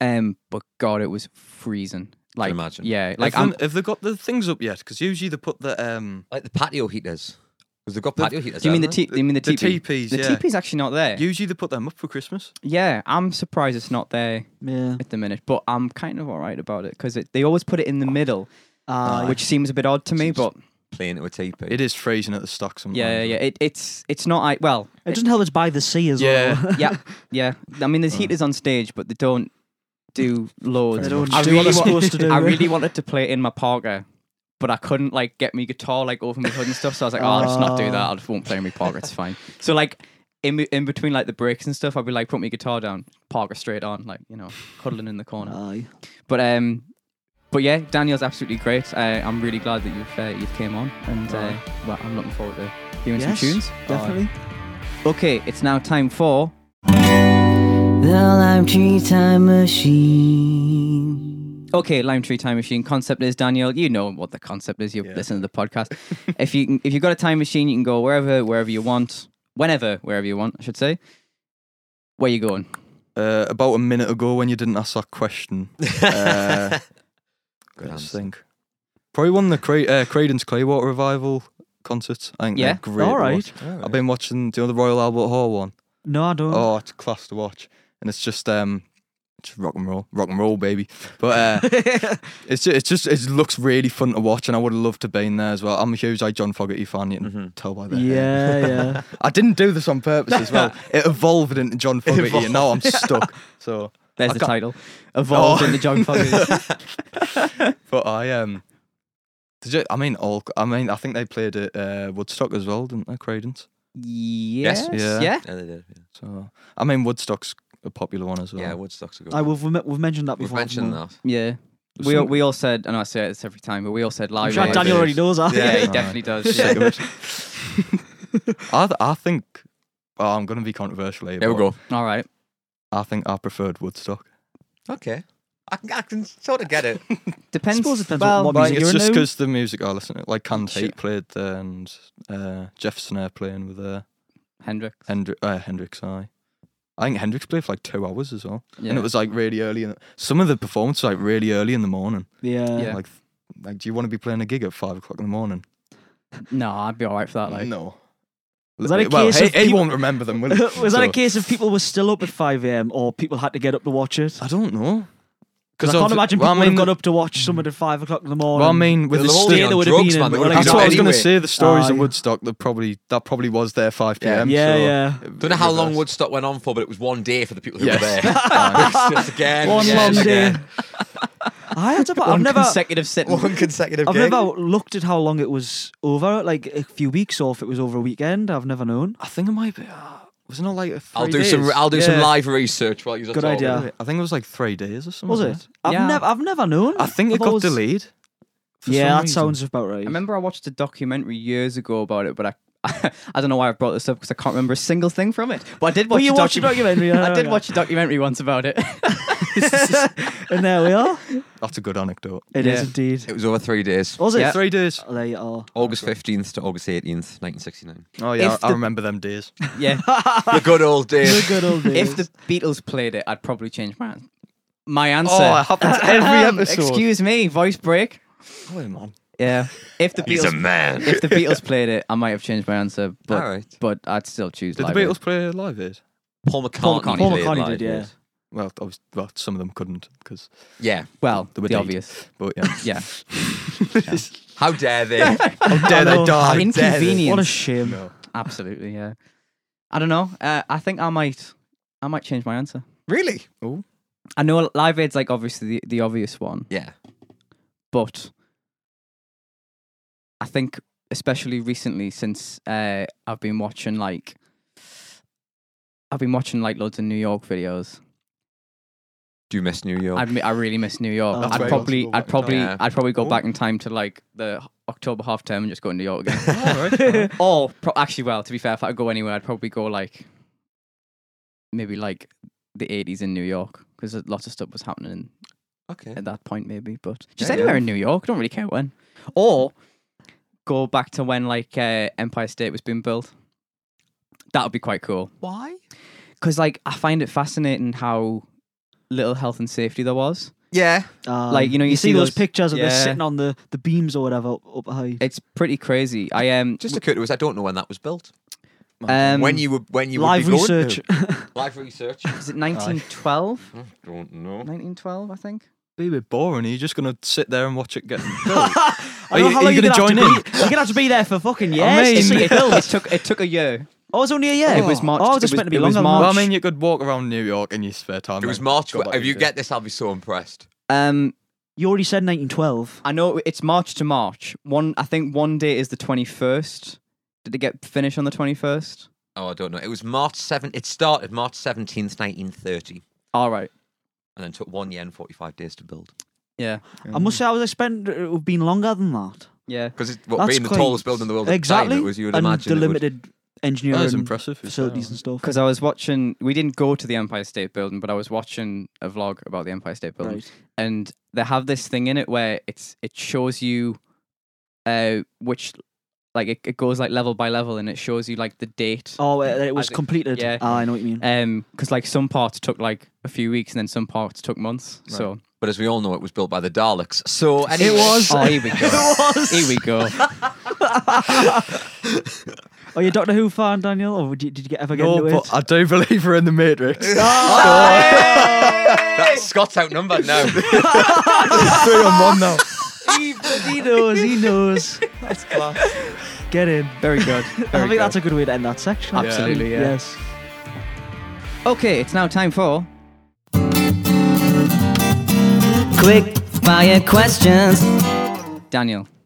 Speaker 1: Um, but God, it was freezing. Like,
Speaker 2: imagine.
Speaker 1: yeah,
Speaker 3: like
Speaker 1: like I'm,
Speaker 3: have they got the things up yet? Because usually they put the um.
Speaker 2: Like the patio heaters. Because they've got
Speaker 1: Pat-
Speaker 2: patio heaters.
Speaker 1: Do you mean the
Speaker 2: haven't
Speaker 1: te- you mean the
Speaker 3: the
Speaker 1: teepee?
Speaker 3: teepees,
Speaker 1: The
Speaker 3: yeah.
Speaker 1: teepee's actually not there.
Speaker 3: Usually they put them up for Christmas.
Speaker 1: yeah, I'm surprised it's not there
Speaker 4: Yeah.
Speaker 1: at the minute, but I'm kind of all right about it because they always put it in the middle, uh,
Speaker 4: Ah,
Speaker 1: which seems a bit odd to me.
Speaker 2: Seems-
Speaker 1: But
Speaker 2: they? Playing it with teepee.
Speaker 3: It is freezing at the stock sometimes.
Speaker 1: yeah, yeah, yeah. It, it's it's not. I well,
Speaker 4: it doesn't help it's by the sea as
Speaker 3: Yeah.
Speaker 4: well.
Speaker 1: yeah, yeah. I mean, there's heaters on stage, but they don't do loads.
Speaker 4: They
Speaker 3: Fair
Speaker 4: don't
Speaker 1: I
Speaker 4: do what
Speaker 1: really
Speaker 4: they're
Speaker 1: wa-
Speaker 4: supposed to do.
Speaker 1: I really wanted to play it in my parka, but I couldn't like get my guitar like over my hood and stuff. So I was like, oh, I'll just not do
Speaker 4: Ah.
Speaker 1: that. I just won't play in my parka. It's fine. So like in be- in between like the breaks and stuff, I'd be like, put my guitar down, parka straight on, like you know, cuddling in the corner.
Speaker 4: Aye.
Speaker 1: But um, but yeah, Daniel's absolutely great. Uh, I'm really glad that you've uh, you've came on, and uh, well, I'm looking forward to hearing
Speaker 4: Yes,
Speaker 1: some tunes.
Speaker 4: Definitely.
Speaker 1: Okay, it's now time for
Speaker 5: The Lime Tree Time Machine.
Speaker 1: Okay, Lime Tree Time Machine concept is Daniel. You know what the concept is. You
Speaker 3: Yeah.
Speaker 1: listen to the podcast. if you can- if you've got a time machine, you can go wherever wherever you want, whenever wherever you want. I should say. Where you going?
Speaker 3: Uh, about a minute ago when you didn't ask that question. Uh,
Speaker 2: Good
Speaker 3: Let's
Speaker 2: answer.
Speaker 3: think. Probably one of the Cre- uh, Credence Clearwater Revival concerts. I think
Speaker 1: Yeah,
Speaker 3: they're great.
Speaker 4: All
Speaker 3: to
Speaker 4: right.
Speaker 3: watch. I've been watching do you know, the Royal Albert Hall one.
Speaker 4: No, I don't.
Speaker 3: Oh, it's class to watch. And it's just um It's rock and roll, rock and roll, baby. But uh, it's just, it's just it looks really fun to watch, and I would have loved to be in there as well. I'm a huge I John Fogerty fan. You can
Speaker 2: Mhm.
Speaker 3: tell by that.
Speaker 4: yeah, yeah.
Speaker 3: I didn't do this on purpose as well. It evolved into John Fogerty, and now I'm stuck. So,
Speaker 1: There's
Speaker 3: I
Speaker 1: the
Speaker 3: can't-
Speaker 1: title. Evolved
Speaker 3: Oh.
Speaker 1: into John Fogerty.
Speaker 3: but I um, did you, I mean all? I mean I think they played at uh, Woodstock as well, didn't they? Credence.
Speaker 1: yes.
Speaker 3: Yeah.
Speaker 1: Yeah.
Speaker 2: Yeah, they did. Yeah,
Speaker 3: So I mean Woodstock's a popular one as well.
Speaker 2: yeah Woodstock's a good
Speaker 4: I,
Speaker 2: one.
Speaker 4: we've, we've mentioned that
Speaker 2: We've
Speaker 4: before.
Speaker 2: mentioned
Speaker 4: haven't
Speaker 2: that.
Speaker 1: Yeah. We all, we all said, and I say this every time, but we all said
Speaker 4: we? I'm
Speaker 1: Larry.
Speaker 4: sure
Speaker 1: David.
Speaker 4: Daniel already knows that.
Speaker 1: Yeah, he
Speaker 3: Alright.
Speaker 1: definitely does.
Speaker 3: Sick of
Speaker 1: Yeah.
Speaker 3: it. I th- I think oh, I'm gonna be controversial here.
Speaker 2: There we
Speaker 3: but
Speaker 2: go.
Speaker 1: All right.
Speaker 3: I think I preferred Woodstock.
Speaker 2: Okay. I, can- I can sort of get it.
Speaker 1: Depends.
Speaker 4: Suppose it depends
Speaker 1: well,
Speaker 4: what
Speaker 1: right,
Speaker 4: music
Speaker 3: it's
Speaker 4: you're
Speaker 3: just
Speaker 4: into.
Speaker 3: because the music I listen to, like Can
Speaker 1: Sure.
Speaker 3: Tate played there, and uh, Jeff Snare playing with uh,
Speaker 1: Hendrix.
Speaker 3: Hendri- uh, Hendrix. I, I think Hendrix played for like two hours as well,
Speaker 1: Yeah.
Speaker 3: and it was like really early. In the, some of the performances like really early in the morning.
Speaker 4: Yeah.
Speaker 1: Yeah.
Speaker 3: Like, like, do you want to be playing a gig at five o'clock in the morning?
Speaker 1: no, I'd be all right for that. Like,
Speaker 3: no.
Speaker 4: Was that a
Speaker 3: well,
Speaker 4: case
Speaker 3: he,
Speaker 4: of
Speaker 3: he
Speaker 4: people-
Speaker 3: won't remember them, will he?
Speaker 4: was that a
Speaker 3: So,
Speaker 4: case of people were still up at 5 a.m. or people had to get up to watch it?
Speaker 3: I don't know.
Speaker 4: Because I
Speaker 3: of-
Speaker 4: can't imagine
Speaker 3: well,
Speaker 4: people
Speaker 3: I
Speaker 4: would have
Speaker 3: mean,
Speaker 4: got up to watch someone at 5 o'clock in the morning.
Speaker 3: Well, I mean, with
Speaker 2: They'll
Speaker 3: the
Speaker 2: all
Speaker 3: st-
Speaker 2: be
Speaker 4: Yeah,
Speaker 2: on
Speaker 4: there would have
Speaker 2: drugs,
Speaker 4: been
Speaker 2: man. They
Speaker 4: in-
Speaker 2: would
Speaker 4: like,
Speaker 2: have
Speaker 3: That's
Speaker 2: been
Speaker 4: No,
Speaker 3: what I
Speaker 2: on
Speaker 3: was going to
Speaker 2: anyway.
Speaker 3: say. The stories
Speaker 4: Aye.
Speaker 3: in Woodstock that probably that probably was there five
Speaker 2: Yeah.
Speaker 3: pm.
Speaker 4: yeah,
Speaker 3: so
Speaker 4: yeah.
Speaker 2: Don't know how long
Speaker 3: reversed.
Speaker 2: Woodstock went on for, but it was one day for the people who
Speaker 3: Yes.
Speaker 2: were there. Just again,
Speaker 4: One
Speaker 2: again,
Speaker 4: long day.
Speaker 2: again.
Speaker 4: I had about, I've
Speaker 1: one
Speaker 4: never,
Speaker 1: consecutive sitting.
Speaker 2: One consecutive
Speaker 4: I've
Speaker 2: gig.
Speaker 4: never looked at how long it was over, like a few weeks or if it was over a weekend. I've never known.
Speaker 3: I think it might be. Uh, wasn't it like? Three
Speaker 2: I'll do
Speaker 3: days?
Speaker 2: some. I'll do some
Speaker 3: Yeah.
Speaker 2: live research while you're
Speaker 4: Good idea. Yeah.
Speaker 3: I think it was like three days or something.
Speaker 4: Was it? I've
Speaker 1: Yeah.
Speaker 4: never, I've never known.
Speaker 3: I think it
Speaker 4: I've
Speaker 3: got
Speaker 4: always-
Speaker 3: delayed. for
Speaker 4: Yeah,
Speaker 3: some
Speaker 4: that
Speaker 3: reason.
Speaker 4: sounds about right.
Speaker 1: I remember I watched a documentary years ago about it, but I I don't know why I brought this up because I can't remember a single thing from it. But I did watch.
Speaker 4: Well, you
Speaker 1: a
Speaker 4: watched a
Speaker 1: docu-
Speaker 4: documentary.
Speaker 1: I did watch a documentary once about it.
Speaker 4: and there we are.
Speaker 3: That's a good anecdote.
Speaker 4: It
Speaker 1: Yeah.
Speaker 4: is
Speaker 2: It
Speaker 4: indeed.
Speaker 2: was over three days.
Speaker 4: Was it?
Speaker 1: Yeah.
Speaker 3: Three days.
Speaker 4: Oh, there you are.
Speaker 2: August 15th to August 18th, 1969.
Speaker 3: Oh yeah,
Speaker 1: If
Speaker 3: I, I
Speaker 1: the-
Speaker 3: remember them days.
Speaker 1: yeah.
Speaker 2: the good old
Speaker 4: The
Speaker 2: days.
Speaker 4: good old days.
Speaker 1: If the Beatles played it, I'd probably change my my answer.
Speaker 3: Oh, it happens every
Speaker 1: Um,
Speaker 3: episode.
Speaker 1: Excuse me, voice break.
Speaker 3: Oh, man.
Speaker 1: Yeah. If the Beatles
Speaker 2: man.
Speaker 1: if the Beatles played it, I might have changed my answer, but
Speaker 2: All right.
Speaker 1: but I'd still choose.
Speaker 3: Did
Speaker 1: Live
Speaker 3: the
Speaker 1: Aid.
Speaker 3: Beatles play live aid?
Speaker 2: Paul McCartney.
Speaker 1: McCartney.
Speaker 4: Paul
Speaker 2: played
Speaker 4: McCartney
Speaker 2: live
Speaker 4: did, yeah.
Speaker 2: days.
Speaker 3: Well, obviously, well, some of them couldn't because,
Speaker 2: Yeah.
Speaker 1: Well,
Speaker 3: They
Speaker 1: the,
Speaker 3: were dead.
Speaker 1: obvious.
Speaker 3: but yeah,
Speaker 1: Yeah.
Speaker 2: How dare they?
Speaker 3: how dare
Speaker 4: I
Speaker 3: they
Speaker 4: know.
Speaker 3: die?
Speaker 1: Inconvenience.
Speaker 4: What a shame.
Speaker 3: No.
Speaker 1: Absolutely. Yeah. I don't know. Uh, I think I might. I might change my answer.
Speaker 2: really?
Speaker 1: I know Live Aid's like obviously the, the obvious one,
Speaker 2: Yeah.
Speaker 1: but I think especially recently since uh, I've been watching like I've been watching like loads of New York videos.
Speaker 2: Do you miss New York?
Speaker 1: I I really miss New York.
Speaker 4: Oh,
Speaker 1: I'd
Speaker 4: right.
Speaker 1: probably
Speaker 3: Go back
Speaker 1: I'd
Speaker 3: in
Speaker 1: probably
Speaker 2: time.
Speaker 1: I'd probably go
Speaker 3: Oh.
Speaker 1: back in time to like the October half term and just go to New York again.
Speaker 3: All right, all right.
Speaker 1: Or pro- actually, well, to be fair, if I go anywhere, I'd probably go like maybe like the '80s in New York because lots of stuff was happening
Speaker 2: okay.
Speaker 1: at that point, maybe. But just
Speaker 2: Yeah,
Speaker 1: anywhere in New York, I don't really care when. Or go back to when like uh, Empire State was being built. That would be quite cool
Speaker 2: Why?
Speaker 1: because like I find it fascinating how little health and safety there was.
Speaker 2: Yeah.
Speaker 4: Um,
Speaker 1: Like, you know, you
Speaker 4: see,
Speaker 1: see
Speaker 4: those,
Speaker 1: those-
Speaker 4: pictures of them
Speaker 1: yeah.
Speaker 4: sitting on the, the beams or whatever up, up high.
Speaker 1: It's pretty crazy. I um
Speaker 2: Just occurred to us. I don't know when that was built.
Speaker 1: um
Speaker 2: when you were when you
Speaker 4: Live
Speaker 2: would be going to.
Speaker 4: research.
Speaker 2: Live research.
Speaker 1: is it 1912?
Speaker 2: I don't know.
Speaker 1: 1912, I think.
Speaker 3: Be a bit boring. Are you just gonna sit there and watch it get?
Speaker 4: Are
Speaker 3: you- are you
Speaker 4: gonna
Speaker 3: gonna
Speaker 4: have
Speaker 3: join
Speaker 4: to
Speaker 3: in?
Speaker 4: Be, you're gonna have to be there for fucking years.
Speaker 3: mean-
Speaker 4: to see
Speaker 1: It,
Speaker 4: it build.
Speaker 1: it took it took a year.
Speaker 4: Oh, it's only a year.
Speaker 1: It was March.
Speaker 4: Oh,
Speaker 1: It
Speaker 4: it's just
Speaker 1: was-
Speaker 4: meant to be
Speaker 1: it was
Speaker 4: longer. than
Speaker 1: March.
Speaker 3: well, I
Speaker 4: March.
Speaker 3: mean, you could walk around New York in your spare time.
Speaker 2: It was
Speaker 3: then
Speaker 2: March.
Speaker 3: go back
Speaker 2: If you
Speaker 3: and do it.
Speaker 2: get this, I'll be so impressed.
Speaker 1: Um,
Speaker 4: you already said 1912.
Speaker 1: I know it's March to March. One, I think one day is the twenty first. Did it get finished on the twenty first?
Speaker 2: Oh, I don't know. It was March 7th. It started March 17th, 1930,
Speaker 1: All right.
Speaker 2: and then took one year and 45 days to build.
Speaker 1: Yeah.
Speaker 4: I must say, I was expecting it would have been longer than that.
Speaker 1: Yeah.
Speaker 2: Because well,
Speaker 4: That's
Speaker 2: being the
Speaker 4: quite-
Speaker 2: tallest building in the world at the
Speaker 4: exactly.
Speaker 2: time, it was you would
Speaker 4: and
Speaker 2: imagine. it
Speaker 4: the
Speaker 2: would-
Speaker 4: limited
Speaker 3: that is
Speaker 4: engineering
Speaker 3: impressive. it's
Speaker 4: facilities
Speaker 3: there.
Speaker 4: and stuff.
Speaker 1: Because I was watching, we didn't go to the Empire State Building, but I was watching a vlog about the Empire State Building,
Speaker 4: Right.
Speaker 1: and they have this thing in it where it's it shows you, uh, which, like it, it goes like level by level, and it shows you like the date.
Speaker 4: Oh, it, it
Speaker 1: I
Speaker 4: was
Speaker 1: think-
Speaker 4: completed.
Speaker 1: yeah.
Speaker 4: Ah, I know what you mean.
Speaker 1: Um, because like some parts took like a few weeks, and then some parts took months. So
Speaker 2: But as we all know, it was built by the Daleks. So anyway,
Speaker 1: Oh, here we go.
Speaker 4: it was.
Speaker 1: Here we go.
Speaker 4: Are you a Doctor Who fan, Daniel? Or did you, did you ever get
Speaker 3: No,
Speaker 4: into
Speaker 3: but
Speaker 4: it?
Speaker 3: I do believe we're in the Matrix.
Speaker 2: That's Scott's outnumbered now.
Speaker 3: Three on one now.
Speaker 4: he, he knows, he knows. That's class. Get in.
Speaker 1: Very good.
Speaker 4: I
Speaker 1: very
Speaker 4: think
Speaker 1: good.
Speaker 4: that's a good way to end that section. actually.
Speaker 1: Absolutely, yeah.
Speaker 4: Yes.
Speaker 1: okay, it's now time for
Speaker 5: Quick fire questions.
Speaker 1: Daniel.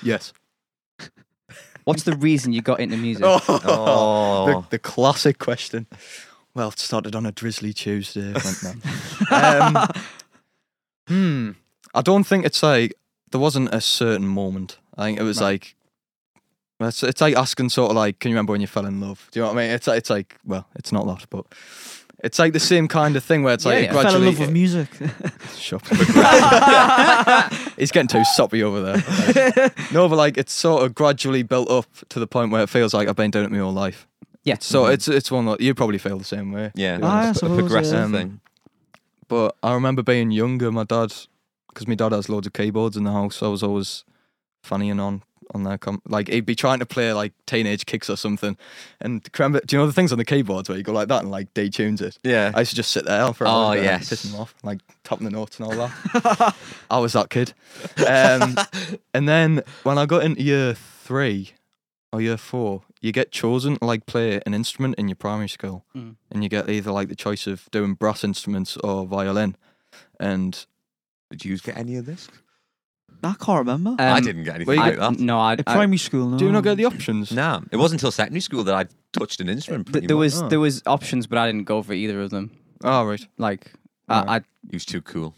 Speaker 3: Yes.
Speaker 1: What's the reason you got into music?
Speaker 3: Oh,
Speaker 2: Oh.
Speaker 4: Oh.
Speaker 3: The, the classic question. Well, it started on a drizzly Tuesday. went round. um, hmm. I don't think it's like there wasn't a certain moment. I think it was like well, it's, it's like asking sort of like, can you remember when you fell in love? Do you know what I mean? It's like- it's like well, it's not that, but it's like the same kind of thing where it's like
Speaker 1: Yeah,
Speaker 3: it
Speaker 1: yeah.
Speaker 4: Fell in
Speaker 3: gradually.
Speaker 4: love with music.
Speaker 3: Shut up. He's getting too soppy over there. no, but like it's sort of gradually built up to the point where it feels like I've been doing it my whole life.
Speaker 1: Yeah.
Speaker 3: So it's it's one that you probably feel the same way.
Speaker 2: Yeah,
Speaker 4: Ah, I
Speaker 2: that's a
Speaker 4: suppose,
Speaker 2: progressive
Speaker 3: yeah.
Speaker 2: thing.
Speaker 3: But I remember being younger, my dad, because my dad has loads of keyboards in the house. I was always fannying on on their com- like he'd be trying to play like teenage kicks or something, and remember, do you know the things on the keyboards where you go like that and like detunes it?
Speaker 2: Yeah.
Speaker 3: I used to just sit there for
Speaker 2: Oh,
Speaker 3: hours, like,
Speaker 2: yes.
Speaker 3: pissing them off, like topping the notes and all that. I was that kid. Um, and then when I got into year three or year four, you get chosen to like play an instrument in your primary school,
Speaker 1: Mm.
Speaker 3: and you get either like the choice of doing brass instruments or violin. And
Speaker 2: Did you get any of this?
Speaker 4: I can't remember.
Speaker 1: Um,
Speaker 2: I didn't get anything
Speaker 3: well,
Speaker 1: I-
Speaker 2: like that.
Speaker 1: no, I,
Speaker 4: At
Speaker 1: I
Speaker 4: primary school, no.
Speaker 3: do you not get
Speaker 1: Mm.
Speaker 3: the options?
Speaker 2: No, it wasn't until secondary school that I touched an instrument.
Speaker 1: th-
Speaker 2: Pretty
Speaker 1: there
Speaker 2: much.
Speaker 1: was
Speaker 3: oh.
Speaker 1: there was options, but I didn't go for either of them.
Speaker 3: Oh right.
Speaker 1: Like
Speaker 3: Right.
Speaker 1: I, I,
Speaker 2: He was too cool.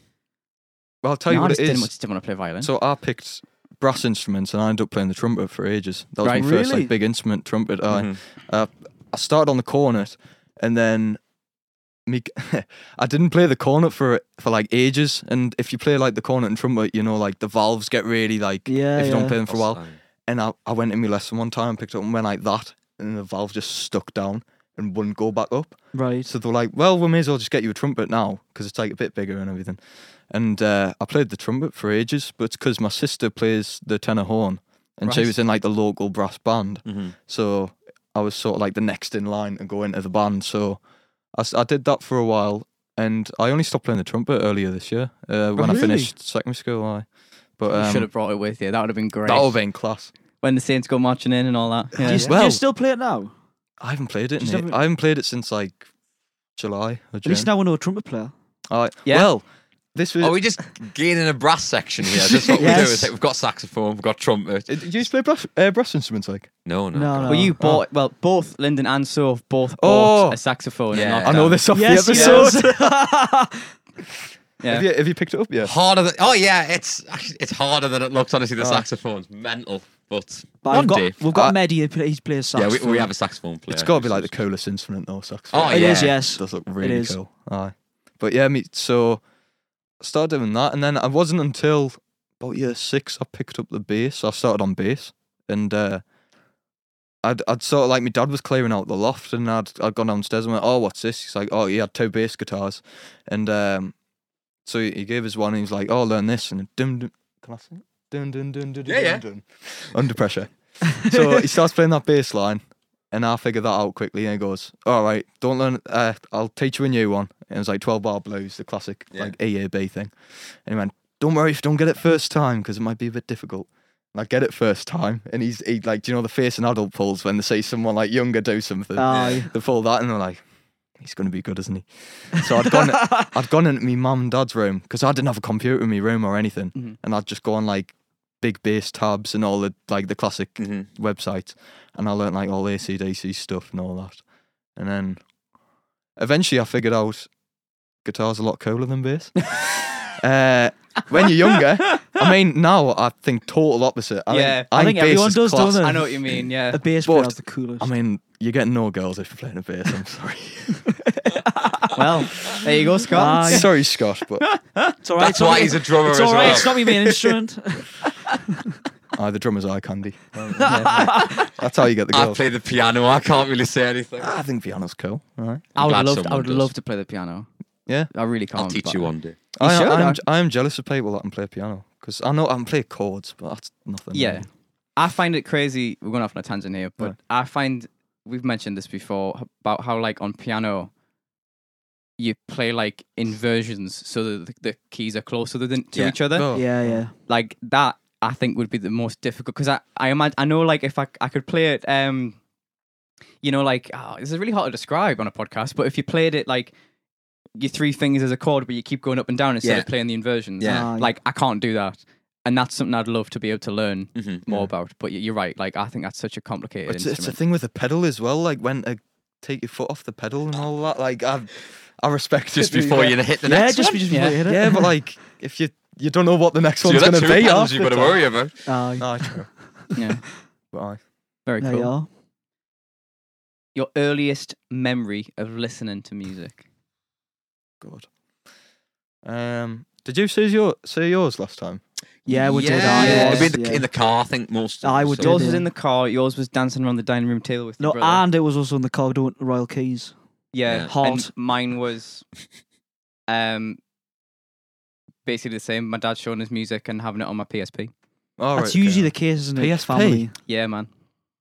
Speaker 3: Well, I'll tell you
Speaker 1: no, I
Speaker 3: what it
Speaker 1: just didn't,
Speaker 3: is.
Speaker 1: just didn't want to play violin.
Speaker 3: So I picked brass instruments, and I ended up playing the trumpet for ages. That was
Speaker 1: Right.
Speaker 3: my first
Speaker 4: Really?
Speaker 3: like big instrument, trumpet. I
Speaker 2: Mhm.
Speaker 3: uh, I started on the cornet, and then me, I didn't play the cornet for for like ages. And if you play like the cornet and trumpet, you know, like the valves get really like
Speaker 4: Yeah,
Speaker 3: if you
Speaker 4: yeah.
Speaker 3: don't play them for a while.
Speaker 2: Um,
Speaker 3: And I, I went in my lesson one time, picked it up and went like that, and the valve just stuck down and wouldn't go back up.
Speaker 4: Right.
Speaker 3: So they were like, well, we may as well just get you a trumpet now because it's like a bit bigger and everything. And uh, I played the trumpet for ages, but it's because my sister plays the tenor horn and she
Speaker 1: Right.
Speaker 3: was in like the local brass band.
Speaker 2: mhm.
Speaker 3: So I was sort of like the next in line to go into the band. So I, s- I did that for a while and I only stopped playing the trumpet earlier this year uh, when
Speaker 4: really?
Speaker 3: I finished secondary school. I, but
Speaker 1: you
Speaker 3: um,
Speaker 1: should have brought it with you. That would have been great.
Speaker 3: that would have been class.
Speaker 1: When the Saints go marching in and all that.
Speaker 4: Do
Speaker 1: Yeah.
Speaker 4: you, s- do
Speaker 3: Well-
Speaker 4: you still play it now?
Speaker 3: I haven't played it.
Speaker 4: Just
Speaker 3: In
Speaker 4: haven't-
Speaker 3: a- I haven't played it since like July or
Speaker 4: At
Speaker 3: June.
Speaker 4: least now I know a trumpet player.
Speaker 3: I,
Speaker 1: Yeah.
Speaker 3: Well, this was.
Speaker 2: Are Oh, we just gaining a brass section here? That's what we do.
Speaker 4: Yes.
Speaker 2: It's like we've got saxophone, we've got trumpet.
Speaker 3: Uh, Do you just play brass, uh, brass instruments like?
Speaker 2: No, no.
Speaker 4: No,
Speaker 2: God.
Speaker 4: no.
Speaker 1: Well, you bought well both Lyndon and Soph both
Speaker 3: Oh.
Speaker 1: bought a saxophone. in
Speaker 2: Yeah.
Speaker 1: lockdown.
Speaker 3: I know this off
Speaker 4: Yes,
Speaker 3: the
Speaker 4: he
Speaker 3: episode.
Speaker 4: does.
Speaker 1: Yeah.
Speaker 3: Have, you, have you picked it up yet?
Speaker 2: Harder than oh yeah, it's actually- it's harder than it looks. Honestly, the
Speaker 3: Oh.
Speaker 2: saxophone's mental, but,
Speaker 4: But
Speaker 2: one
Speaker 4: I've got,
Speaker 2: day
Speaker 4: We've got
Speaker 3: I-
Speaker 4: Medi, he play- he plays
Speaker 2: yeah,
Speaker 4: saxophone.
Speaker 2: we, we have a saxophone player.
Speaker 3: It's got to be
Speaker 2: who's
Speaker 3: like the
Speaker 2: just-
Speaker 3: coolest instrument though, saxophone.
Speaker 2: Oh
Speaker 4: It
Speaker 2: yeah,
Speaker 4: is, yes.
Speaker 3: It does look really
Speaker 4: is.
Speaker 3: cool. Aye. But yeah, me so I started doing that and then I wasn't until about year six I picked up the bass. I started on bass and uh I'd I'd sort of like my dad was clearing out the loft and I'd I'd gone downstairs and went, Oh, what's this? He's like, Oh, he had two bass guitars and um so he he gave us one and he was like, Oh learn this and dum dum can I sing? it? Dun dun dun dun dun
Speaker 2: Yeah, yeah.
Speaker 3: dun dun under pressure. so he starts playing that bass line, and I figure that out quickly. And he goes, "All right, don't learn. Uh, I'll teach you a new one." And it was like twelve bar blues, the classic
Speaker 2: Yeah.
Speaker 3: like E A B thing. And he went, "Don't worry if you don't get it first time, because it might be a bit difficult." And I get it first time, and he's he, like, "Do you know the face an adult pulls when they see someone like younger do something?"
Speaker 4: Aye.
Speaker 3: they pull that, and they're like. He's going to be good, isn't he? So I'd gone, I'd gone into my mum and dad's room because I didn't have a computer in my room or anything,
Speaker 1: Mhm.
Speaker 3: and I'd just go on like big bass tabs and all the like the classic
Speaker 2: Mhm.
Speaker 3: website and I learnt like all the ACDC stuff and all that. And then eventually I figured out guitar's a lot cooler than bass. uh, when you're younger, I mean, now I think total opposite. I
Speaker 1: Yeah.
Speaker 3: think, I
Speaker 4: I
Speaker 3: think
Speaker 4: think everyone
Speaker 3: bass is
Speaker 4: does, don't
Speaker 3: class.
Speaker 4: they?
Speaker 1: I know what you mean. Yeah.
Speaker 4: A bass player
Speaker 3: But-
Speaker 4: is the coolest.
Speaker 3: I mean, you get no girls if you're playing a bass. I'm sorry.
Speaker 1: well, there you go, Scott.
Speaker 4: Aye.
Speaker 3: sorry, Scott, but
Speaker 4: it's all right.
Speaker 2: That's
Speaker 4: it's not
Speaker 2: why
Speaker 4: me-
Speaker 2: he's a drummer
Speaker 4: It's
Speaker 2: as
Speaker 4: all right.
Speaker 2: well.
Speaker 4: It's not me being an instrument.
Speaker 3: uh, the drummer's eye candy.
Speaker 1: Yeah.
Speaker 3: That's how you get the
Speaker 2: I
Speaker 3: girls.
Speaker 2: play the piano. I can't really say anything.
Speaker 3: I think piano's cool. All right.
Speaker 1: I would
Speaker 2: glad
Speaker 1: love. To, I
Speaker 2: someone
Speaker 1: would
Speaker 2: does.
Speaker 1: love to play the piano.
Speaker 3: Yeah.
Speaker 1: I really can't.
Speaker 2: I'll teach
Speaker 1: but-
Speaker 2: you one day.
Speaker 3: I,
Speaker 1: should,
Speaker 3: I'm,
Speaker 1: I-
Speaker 3: I am jealous of people that can play piano because I know I can play chords, but that's nothing.
Speaker 1: Yeah. I find it crazy. We're going off on a tangent here, but
Speaker 3: Right.
Speaker 1: I find we've mentioned this before h- about how, like, on piano, you play like inversions so that the, the keys are closer than, to
Speaker 2: Yeah.
Speaker 1: each other.
Speaker 3: Oh,
Speaker 4: Yeah, yeah.
Speaker 1: Like that, I think would be the most difficult because I, I imagine I know like if I I could play it, um, you know, like oh, this is really hard to describe on a podcast, but if you played it like your three fingers as a chord, but you keep going up and down instead
Speaker 2: Yeah.
Speaker 1: of playing the inversions,
Speaker 2: Yeah.
Speaker 4: Ah,
Speaker 1: like I can't do that. And that's something I'd love to be able to learn
Speaker 2: hmm
Speaker 1: more about. But y- you're right. Like I think that's such a complicated
Speaker 3: It's, it's a
Speaker 1: instrument.
Speaker 3: thing with the pedal as well, like when to take your foot off the pedal and all that. Like I, I respect
Speaker 2: Just
Speaker 3: it, but
Speaker 2: before
Speaker 3: yeah.
Speaker 2: you hit the
Speaker 4: yeah,
Speaker 2: next
Speaker 4: just
Speaker 2: one.
Speaker 4: just
Speaker 1: Yeah.
Speaker 4: before you hit it.
Speaker 3: Yeah, but like if you you don't know what the next
Speaker 2: So
Speaker 3: one's
Speaker 2: you're
Speaker 3: going to
Speaker 2: two
Speaker 3: be.
Speaker 2: pedals
Speaker 3: half
Speaker 2: you've
Speaker 3: the
Speaker 2: got to
Speaker 3: time.
Speaker 2: worry about.
Speaker 4: Aye.
Speaker 3: No, true.
Speaker 1: yeah,
Speaker 3: But aye.
Speaker 1: very
Speaker 4: Uh, there
Speaker 1: cool.
Speaker 4: you are.
Speaker 1: Your earliest memory of listening to music.
Speaker 3: God. Um, did you say your say yours last time?
Speaker 4: Yeah, we did.
Speaker 2: Yeah,
Speaker 4: I
Speaker 1: yeah.
Speaker 4: was,
Speaker 2: It'd be in the-
Speaker 4: yeah.
Speaker 2: in the car, I think most. of
Speaker 4: I
Speaker 2: them,
Speaker 4: would
Speaker 2: so-
Speaker 1: Yours was
Speaker 4: yeah.
Speaker 1: in the car. Yours was dancing around the dining room table with
Speaker 4: No,
Speaker 1: your brother.
Speaker 4: and it was also in the Cardo and Royal Keys.
Speaker 1: yeah,
Speaker 2: Yeah.
Speaker 1: and
Speaker 4: Hard.
Speaker 1: mine was, um, basically the same. My dad showing his music and having it on my PSP.
Speaker 3: Oh,
Speaker 4: That's usually the case, isn't it?
Speaker 3: PSP?
Speaker 4: Family.
Speaker 1: Yeah, man.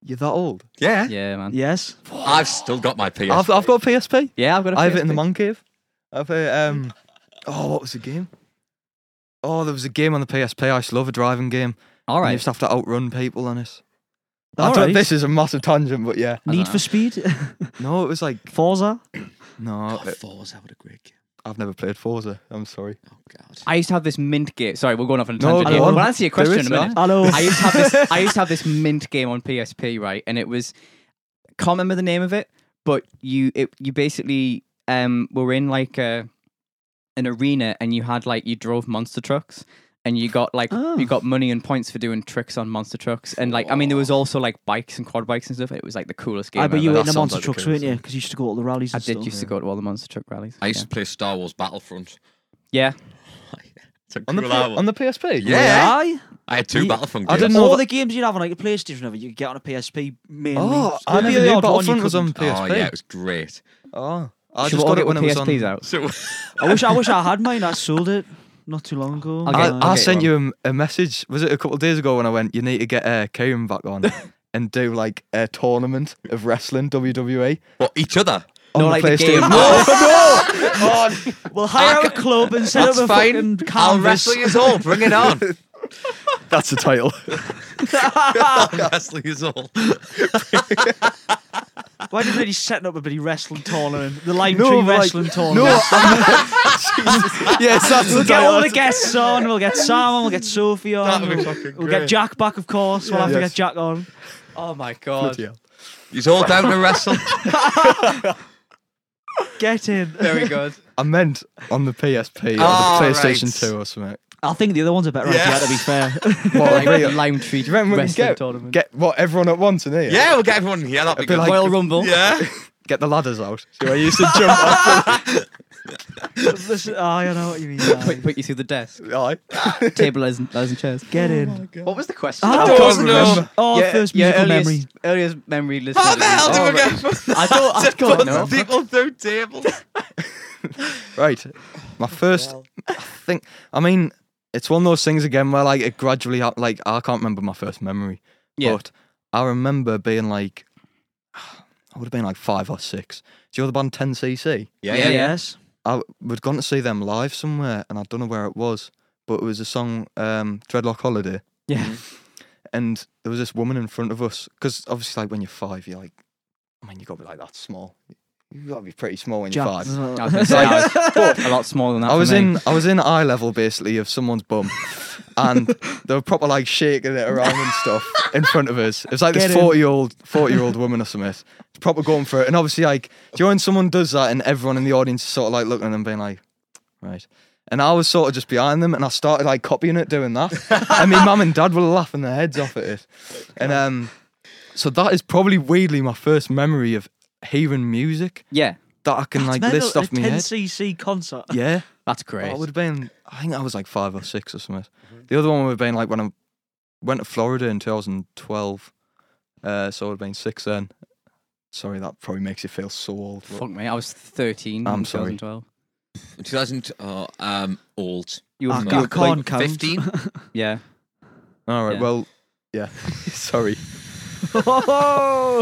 Speaker 3: You're that old.
Speaker 2: Yeah.
Speaker 1: Yeah, man. Yeah,
Speaker 4: Yes.
Speaker 2: I've still got my PS.
Speaker 3: I've I've got a PSP.
Speaker 1: I've got. A
Speaker 3: I have it in the
Speaker 1: PSP.
Speaker 3: man cave. I've a, um. Oh, what was the game? Oh, there was a game on the PSP. I used to love a driving game.
Speaker 1: All
Speaker 3: And you
Speaker 1: right.
Speaker 3: just have to outrun people on it. I
Speaker 4: All
Speaker 3: don't-
Speaker 4: right.
Speaker 3: This is a massive tangent, but yeah.
Speaker 1: I don't
Speaker 4: Need
Speaker 1: know.
Speaker 4: for Speed.
Speaker 3: No, it was like
Speaker 4: Forza.
Speaker 3: no.
Speaker 2: God,
Speaker 3: it-
Speaker 2: Forza, what a great game.
Speaker 3: I've never played Forza. I'm sorry.
Speaker 2: Oh God.
Speaker 1: I used to have this mint game. Sorry, we're going off on a
Speaker 3: No,
Speaker 1: tangent.
Speaker 3: go
Speaker 1: here.
Speaker 3: on.
Speaker 1: We'll answer your
Speaker 3: Do
Speaker 1: question
Speaker 3: it,
Speaker 1: in a minute.
Speaker 3: Sam.
Speaker 4: Hello.
Speaker 1: I used to have this. I used to have this mint game on PSP, right? And it was can't remember the name of it, but you it you basically um were in like a an arena and you had like you drove monster trucks and you got like
Speaker 4: Oh.
Speaker 1: you got money and points for doing tricks on monster trucks and like I mean there was also like bikes and quad bikes and stuff. It was like the coolest game.
Speaker 4: I bet you
Speaker 1: ever.
Speaker 3: That
Speaker 4: were in the
Speaker 3: sounds
Speaker 4: monster
Speaker 3: like the
Speaker 4: trucks,
Speaker 3: coolest
Speaker 4: weren't you?
Speaker 3: thing.
Speaker 4: Because you used to go to all the rallies.
Speaker 1: I
Speaker 4: and
Speaker 1: did
Speaker 4: stuff.
Speaker 1: used to go to all the monster truck rallies.
Speaker 2: I used
Speaker 1: yeah.
Speaker 2: to play Star Wars Battlefront.
Speaker 1: yeah.
Speaker 2: It's a
Speaker 3: On the
Speaker 2: cool
Speaker 3: P-
Speaker 2: hour.
Speaker 3: on the PSP.
Speaker 2: Yeah.
Speaker 4: Aye.
Speaker 2: I had two
Speaker 4: Yeah.
Speaker 2: Battlefront
Speaker 3: I
Speaker 2: games.
Speaker 3: didn't know
Speaker 4: All
Speaker 3: that-
Speaker 4: the games you'd have on like a PlayStation, whatever, you could get on a PSP mainly.
Speaker 3: Oh,
Speaker 4: There'd
Speaker 3: I
Speaker 4: be
Speaker 3: never
Speaker 4: the
Speaker 3: knew
Speaker 4: odd one you
Speaker 3: Battlefront was on
Speaker 4: couldn't.
Speaker 3: PSP.
Speaker 2: Oh yeah, it was great.
Speaker 3: Oh, I
Speaker 1: Should
Speaker 3: just
Speaker 1: we all
Speaker 3: got
Speaker 1: get
Speaker 3: it when
Speaker 1: the
Speaker 3: it was
Speaker 1: PSPs
Speaker 3: on.
Speaker 1: out.
Speaker 2: So
Speaker 4: I wish I wish I had mine. I sold it not too long ago. Uh,
Speaker 1: I'll
Speaker 3: I,
Speaker 1: get-
Speaker 3: I
Speaker 1: okay,
Speaker 3: sent
Speaker 1: well.
Speaker 3: you a m- a, message. Was it a couple of days ago when I went? You need to get uh, Kieran back on and do like a tournament of wrestling WWE
Speaker 2: what each other?
Speaker 3: on
Speaker 1: No,
Speaker 3: the
Speaker 1: like the game.
Speaker 3: PlayStation. no, no.
Speaker 4: Well, hire out a club and set up
Speaker 2: That's
Speaker 4: a fucking
Speaker 2: fine.
Speaker 4: canvas.
Speaker 2: I'll wrestle you all. Bring it on.
Speaker 3: That's the title.
Speaker 2: I'll wrestle you all.
Speaker 4: Why did really setting up a bloody wrestling tournament? The Lime
Speaker 3: No,
Speaker 4: Tree
Speaker 3: but, like,
Speaker 4: Wrestling
Speaker 3: no,
Speaker 4: Tournament.
Speaker 3: yes, that's the
Speaker 4: we'll get all
Speaker 3: title.
Speaker 4: the guests on. We'll get Sam on. We'll get Sophie on.
Speaker 2: That'd be
Speaker 4: We'll,
Speaker 2: fucking
Speaker 4: we'll get
Speaker 2: great.
Speaker 4: Jack back, of course. We'll have to
Speaker 3: Yes.
Speaker 4: get Jack on.
Speaker 1: Oh my god.
Speaker 3: Bloody hell.
Speaker 2: He's all down to wrestle.
Speaker 4: Get in.
Speaker 1: Very good.
Speaker 3: I meant on the PSP or
Speaker 2: Oh,
Speaker 3: the PlayStation
Speaker 2: right.
Speaker 3: 2 or something.
Speaker 4: I think the other one's a better
Speaker 2: Yeah.
Speaker 4: idea. To be fair,
Speaker 3: What,
Speaker 1: Like
Speaker 3: a real-
Speaker 1: the lime tree
Speaker 3: you remember when we
Speaker 1: wrestling
Speaker 3: get-
Speaker 1: tournament.
Speaker 3: get what everyone at once in here.
Speaker 2: Yeah, we'll get everyone here. That'd be
Speaker 3: It'd be
Speaker 2: good.
Speaker 3: like-
Speaker 1: Royal Rumble.
Speaker 2: yeah.
Speaker 3: Get the ladders out. So I used to jump off.
Speaker 4: Listen, oh, I know what you mean. guys.
Speaker 1: Put, put you through the desk.
Speaker 3: the- Aye.
Speaker 1: Table as as and chairs.
Speaker 4: Get in.
Speaker 1: What was the question?
Speaker 4: Oh,
Speaker 2: don't
Speaker 4: first-
Speaker 2: remember.
Speaker 4: Oh,
Speaker 1: Yeah,
Speaker 4: first
Speaker 1: yeah,
Speaker 4: musical
Speaker 1: earliest,
Speaker 4: memory.
Speaker 1: Earliest memory listening.
Speaker 2: How
Speaker 1: to
Speaker 2: the hell do
Speaker 1: music.
Speaker 2: we get from
Speaker 1: I don't. I don't know.
Speaker 2: putting people through tables?
Speaker 3: Right. My first think I mean, it's one of those things again where like it gradually hap- like I can't remember my first memory.
Speaker 1: Yeah.
Speaker 3: But I remember being like I would have been like five or six. Do you know the band Ten CC?
Speaker 2: Yeah,
Speaker 1: Yeah, yeah.
Speaker 4: Yes.
Speaker 3: I would gone to see them live somewhere, and I don't know where it was, but it was a song, um, Dreadlock Holiday,
Speaker 1: Yeah.
Speaker 3: and there was this woman in front of us because obviously, like when you're five, you're like, I mean, you got to be like that small. You got to be pretty small when you're
Speaker 4: Jack.
Speaker 3: five.
Speaker 1: I was gonna say, I was
Speaker 3: But
Speaker 1: a lot smaller than that.
Speaker 3: I
Speaker 1: for
Speaker 3: was
Speaker 1: me.
Speaker 3: in I was in eye level basically of someone's bum, and they were proper like shaking it around and stuff in front of us. It was like
Speaker 4: Get
Speaker 3: this
Speaker 4: in.
Speaker 3: forty year old forty year old woman or something. It's proper going for it, and obviously like do you know when someone does that and everyone in the audience is sort of like looking at them being like, right. And I was sort of just behind them, and I started like copying it, doing that. and my mum and dad were laughing their heads off at it. And um, so that is probably weirdly my first memory of hearing music
Speaker 1: Yeah,
Speaker 3: that I can like list off my head.
Speaker 4: 10cc concert.
Speaker 3: Yeah.
Speaker 1: that's great.
Speaker 3: Well, it would have been. I think I was like five or six or something. The other one would have been like when I went to Florida in 2012. Uh, so I would have been six then. Sorry, that probably makes you feel so old. but-
Speaker 1: Fuck me, I was 13
Speaker 3: I'm
Speaker 1: in
Speaker 3: sorry.
Speaker 1: 2012.
Speaker 2: 2000 oh, um old.
Speaker 1: You
Speaker 4: I
Speaker 1: were-
Speaker 4: can't
Speaker 1: Ah, you were
Speaker 4: count.
Speaker 2: 15.
Speaker 1: yeah.
Speaker 3: All right,
Speaker 1: Yeah.
Speaker 3: well, Yeah. Sorry.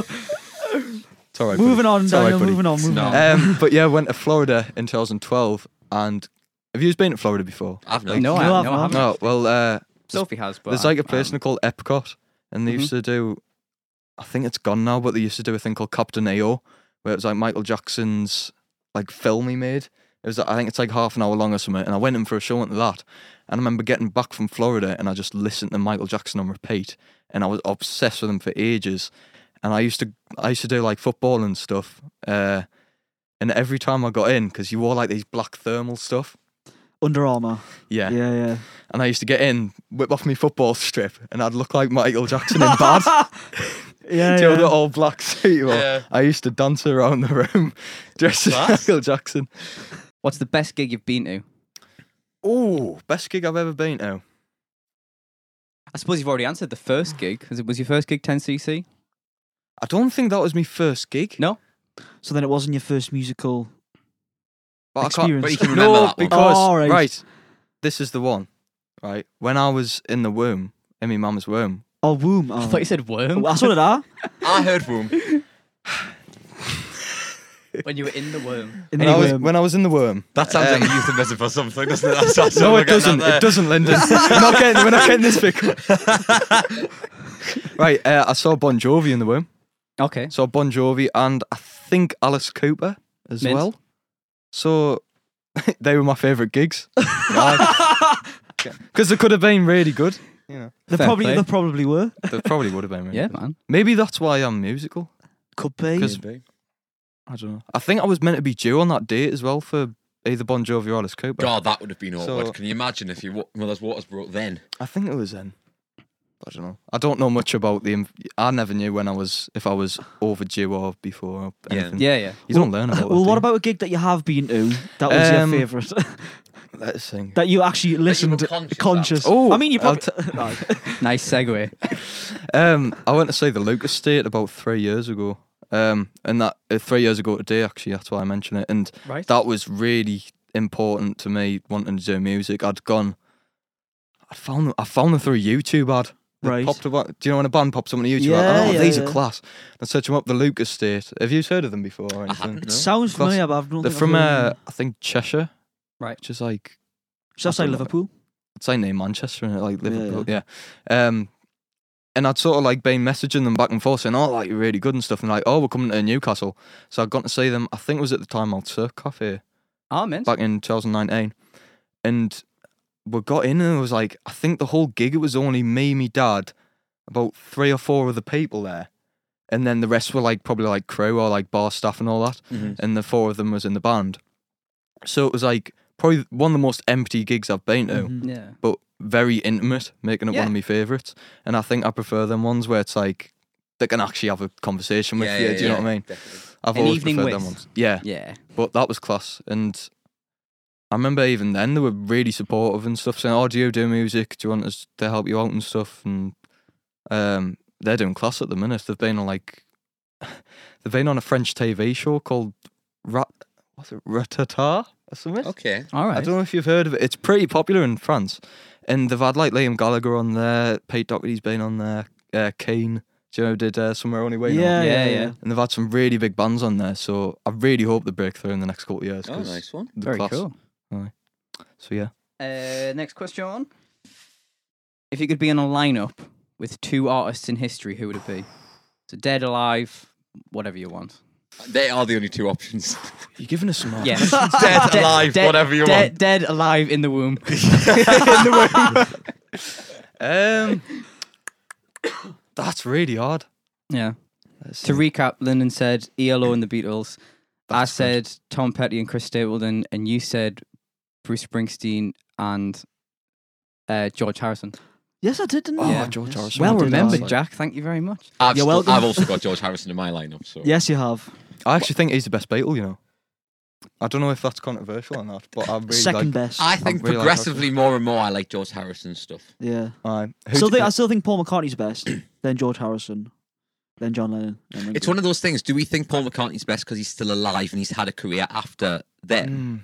Speaker 3: It's all right. buddy.
Speaker 4: Oh, moving on,
Speaker 3: It's all right,
Speaker 4: Daniel.
Speaker 3: buddy.
Speaker 4: moving on. Moving
Speaker 2: No.
Speaker 4: on. Uh,
Speaker 3: Um, but yeah, went to Florida in 2012. And have you been to Florida before?
Speaker 2: I've
Speaker 1: No,
Speaker 2: no.
Speaker 1: I, no, I
Speaker 4: I've
Speaker 1: haven't.
Speaker 4: not.
Speaker 3: No. Well, uh,
Speaker 1: Sophie has, but
Speaker 3: there's
Speaker 1: I- um, Mm-hmm.
Speaker 3: like a
Speaker 1: I
Speaker 3: place
Speaker 1: haven't.
Speaker 3: called Epcot, and they used to do. I think it's gone now, but they used to do a thing called Captain AO, where it was like Michael Jackson's like film he made. It was I think it's like half an hour long or something, and I went in for a show into that. And I remember getting back from Florida, and I just listened to Michael Jackson on repeat, and I was obsessed with him for ages. And I used to I used to do like football and stuff. Uh, and every time I got in, because you wore like these black thermal stuff.
Speaker 4: Under Armour. Yeah, yeah.
Speaker 3: And I used to get in, whip off my football strip, and I'd look like Michael Jackson in bad.
Speaker 4: yeah,
Speaker 3: Do you know
Speaker 4: yeah.
Speaker 3: the all black suit? Well,
Speaker 2: Yeah.
Speaker 3: I used to dance around the room dressed as
Speaker 2: Class.
Speaker 3: Michael Jackson.
Speaker 1: What's the best gig you've been to?
Speaker 3: Oh, best gig I've ever been to.
Speaker 1: I suppose you've already answered the first gig. 'cause it was your first gig 10cc?
Speaker 3: I don't think that was my first gig.
Speaker 1: No,
Speaker 4: So then it wasn't your first musical.
Speaker 3: but I can't-
Speaker 4: experience.
Speaker 2: but you can remember
Speaker 3: no,
Speaker 2: that one.
Speaker 3: because
Speaker 4: Oh, right.
Speaker 3: right. this is the one. Right, when I was in the womb, in my mum's womb.
Speaker 4: Oh, womb. Oh.
Speaker 1: I thought you said worm.
Speaker 4: That's what it are.
Speaker 2: I heard womb.
Speaker 1: when you were in the worm.
Speaker 4: In
Speaker 3: When
Speaker 4: the
Speaker 3: I was
Speaker 4: womb.
Speaker 3: when I was in the womb.
Speaker 2: That sounds
Speaker 3: Um,
Speaker 2: like a euphemism for something, doesn't it? That sounds
Speaker 3: No,
Speaker 2: like
Speaker 3: it
Speaker 2: we're getting
Speaker 3: doesn't.
Speaker 2: out there.
Speaker 3: It doesn't, Lyndon. we're, not getting, we're not getting this big. right, uh, I saw Bon Jovi in the womb.
Speaker 1: Okay.
Speaker 3: Saw Bon Jovi and I think Alice Cooper as
Speaker 1: Mint.
Speaker 3: well. So they were my favourite gigs. Because they could have been really good. You know,
Speaker 4: They
Speaker 1: Fair
Speaker 4: probably,
Speaker 1: play.
Speaker 4: they probably were.
Speaker 3: they probably would have been. Really
Speaker 1: Yeah,
Speaker 3: good.
Speaker 1: man.
Speaker 3: Maybe that's why I'm musical.
Speaker 4: Could be.
Speaker 3: Because I don't know. I think I was meant to be due on that date as well for either Bon Jovi or Alice Cooper.
Speaker 2: God, that would have been awkward.
Speaker 3: So-
Speaker 2: Can you imagine if your wa- mother's waters broke then?
Speaker 3: I think it was then. I don't know. I don't know much about the. inv- I never knew when I was if I was overdue or before or
Speaker 2: Yeah.
Speaker 3: anything.
Speaker 1: Yeah, yeah.
Speaker 3: You don't learn about. that,
Speaker 4: Well,
Speaker 3: do
Speaker 4: what
Speaker 3: you?
Speaker 4: about a gig that you have been to that was
Speaker 3: Um,
Speaker 4: your favourite?
Speaker 3: Let's sing.
Speaker 4: that you actually listened
Speaker 2: conscious of.
Speaker 4: conscious.
Speaker 3: Oh,
Speaker 4: I mean, you
Speaker 3: I'll
Speaker 4: probably. No.
Speaker 1: Nice segue.
Speaker 3: Um, I went to see the Lucas State about three years ago. Um, and that uh, three years ago today, actually, that's why I mention it. And
Speaker 1: Right.
Speaker 3: that was really important to me wanting to do music. I'd gone, I found them, I found them through a YouTube ad. They
Speaker 4: Right.
Speaker 3: Popped up, on- do you know when a band pops up on a YouTube
Speaker 4: Yeah,
Speaker 3: ad? Oh,
Speaker 4: yeah,
Speaker 3: these
Speaker 4: yeah.
Speaker 3: are class. I searched them up, the Lucas State. Have you heard of them before or anything?
Speaker 4: It sounds
Speaker 3: Class-
Speaker 4: familiar, but I've not.
Speaker 3: They're from, uh, I think, Cheshire.
Speaker 1: Right.
Speaker 3: Which is like
Speaker 4: Just outside Liverpool.
Speaker 3: I'd say near Manchester and like
Speaker 4: Yeah,
Speaker 3: Liverpool, yeah. Um, and I'd sort of like been messaging them back and forth saying, "Oh, like you're really good and stuff," and like, "Oh, we're coming to Newcastle." So I'd gone to see them. I think it was at the time Old Surf Cafe
Speaker 1: Ah, man.
Speaker 3: back in 2019, and we got in and it was like, I think the whole gig it was only me, me dad, about three or four other people there, and then the rest were like probably like crew or like bar staff and all that
Speaker 2: Mm-hmm.
Speaker 3: and the four of them was in the band. So it was like probably one of the most empty gigs I've been to,
Speaker 4: Mhm.
Speaker 1: Yeah.
Speaker 3: but very intimate, making it one of my favourites. And I think I prefer them ones where it's like they can actually have a conversation with
Speaker 2: Yeah,
Speaker 3: you.
Speaker 2: yeah,
Speaker 3: do you know
Speaker 2: yeah,
Speaker 3: what I mean?
Speaker 2: definitely.
Speaker 3: I've
Speaker 1: An
Speaker 3: always
Speaker 1: evening
Speaker 3: preferred
Speaker 1: with.
Speaker 3: them ones. Yeah,
Speaker 1: Yeah.
Speaker 3: but that was class. And I remember even then they were really supportive and stuff, saying, "Oh, do you do music? Do you want us to help you out and stuff?" And um, they're doing class at the minute. They've been on like they've been on a French TV show called Rat. What's it? Ratata or something.
Speaker 2: Okay. Oh,
Speaker 1: All
Speaker 3: I
Speaker 1: right.
Speaker 3: don't know if you've heard of it. It's pretty popular in France, and they've had like Liam Gallagher on there. Pete Doherty's been on there. Uh, Kane, do you know, did uh, somewhere only way.
Speaker 1: Yeah,
Speaker 4: Yeah, yeah,
Speaker 1: yeah.
Speaker 4: yeah.
Speaker 3: And they've had some really big bands on there, so I really hope they break through in the next couple of years.
Speaker 2: Oh,
Speaker 3: 'cause
Speaker 2: nice one.
Speaker 3: the
Speaker 1: Very
Speaker 3: class.
Speaker 1: cool.
Speaker 3: So yeah,
Speaker 1: Uh, next question. If you could be in a lineup with two artists in history, who would it be? So dead, alive, whatever you want.
Speaker 2: They are the only two options.
Speaker 3: you're giving us some.
Speaker 1: Yeah.
Speaker 2: Dead, alive, whatever you
Speaker 1: dead,
Speaker 2: want.
Speaker 1: Dead, alive, in the womb.
Speaker 3: Um, that's really hard.
Speaker 1: yeah.
Speaker 3: Let's
Speaker 1: To
Speaker 3: see.
Speaker 1: recap, Lyndon said ELO and the Beatles. I
Speaker 3: That's good.
Speaker 1: said Tom Petty and Chris Stapleton, and you said Bruce Springsteen and uh, George Harrison.
Speaker 4: Yes, I did. Didn't
Speaker 3: Oh,
Speaker 4: I?
Speaker 1: Yeah.
Speaker 3: George
Speaker 4: Yes.
Speaker 3: Harrison.
Speaker 1: Well
Speaker 3: I did
Speaker 1: remembered,
Speaker 3: ask.
Speaker 1: Jack. Thank you very much.
Speaker 2: I've,
Speaker 4: You're
Speaker 2: still-
Speaker 4: welcome.
Speaker 2: I've also got George Harrison in my lineup, so
Speaker 4: Yes, you have.
Speaker 3: I actually think he's the best Beatle. You know, I don't know if that's controversial or not, but I really
Speaker 4: Second
Speaker 3: like.
Speaker 4: best.
Speaker 2: I think
Speaker 3: really like
Speaker 2: progressively more and more I like George Harrison's stuff.
Speaker 4: yeah.
Speaker 3: Aye. Who
Speaker 4: Still
Speaker 3: do
Speaker 4: think,
Speaker 3: you-
Speaker 4: I still think Paul McCartney's best, then George Harrison, then John Lennon. then Ringo.
Speaker 2: It's one of those things. Do we think Paul McCartney's best because he's still alive and he's had a career after then?
Speaker 3: Mm.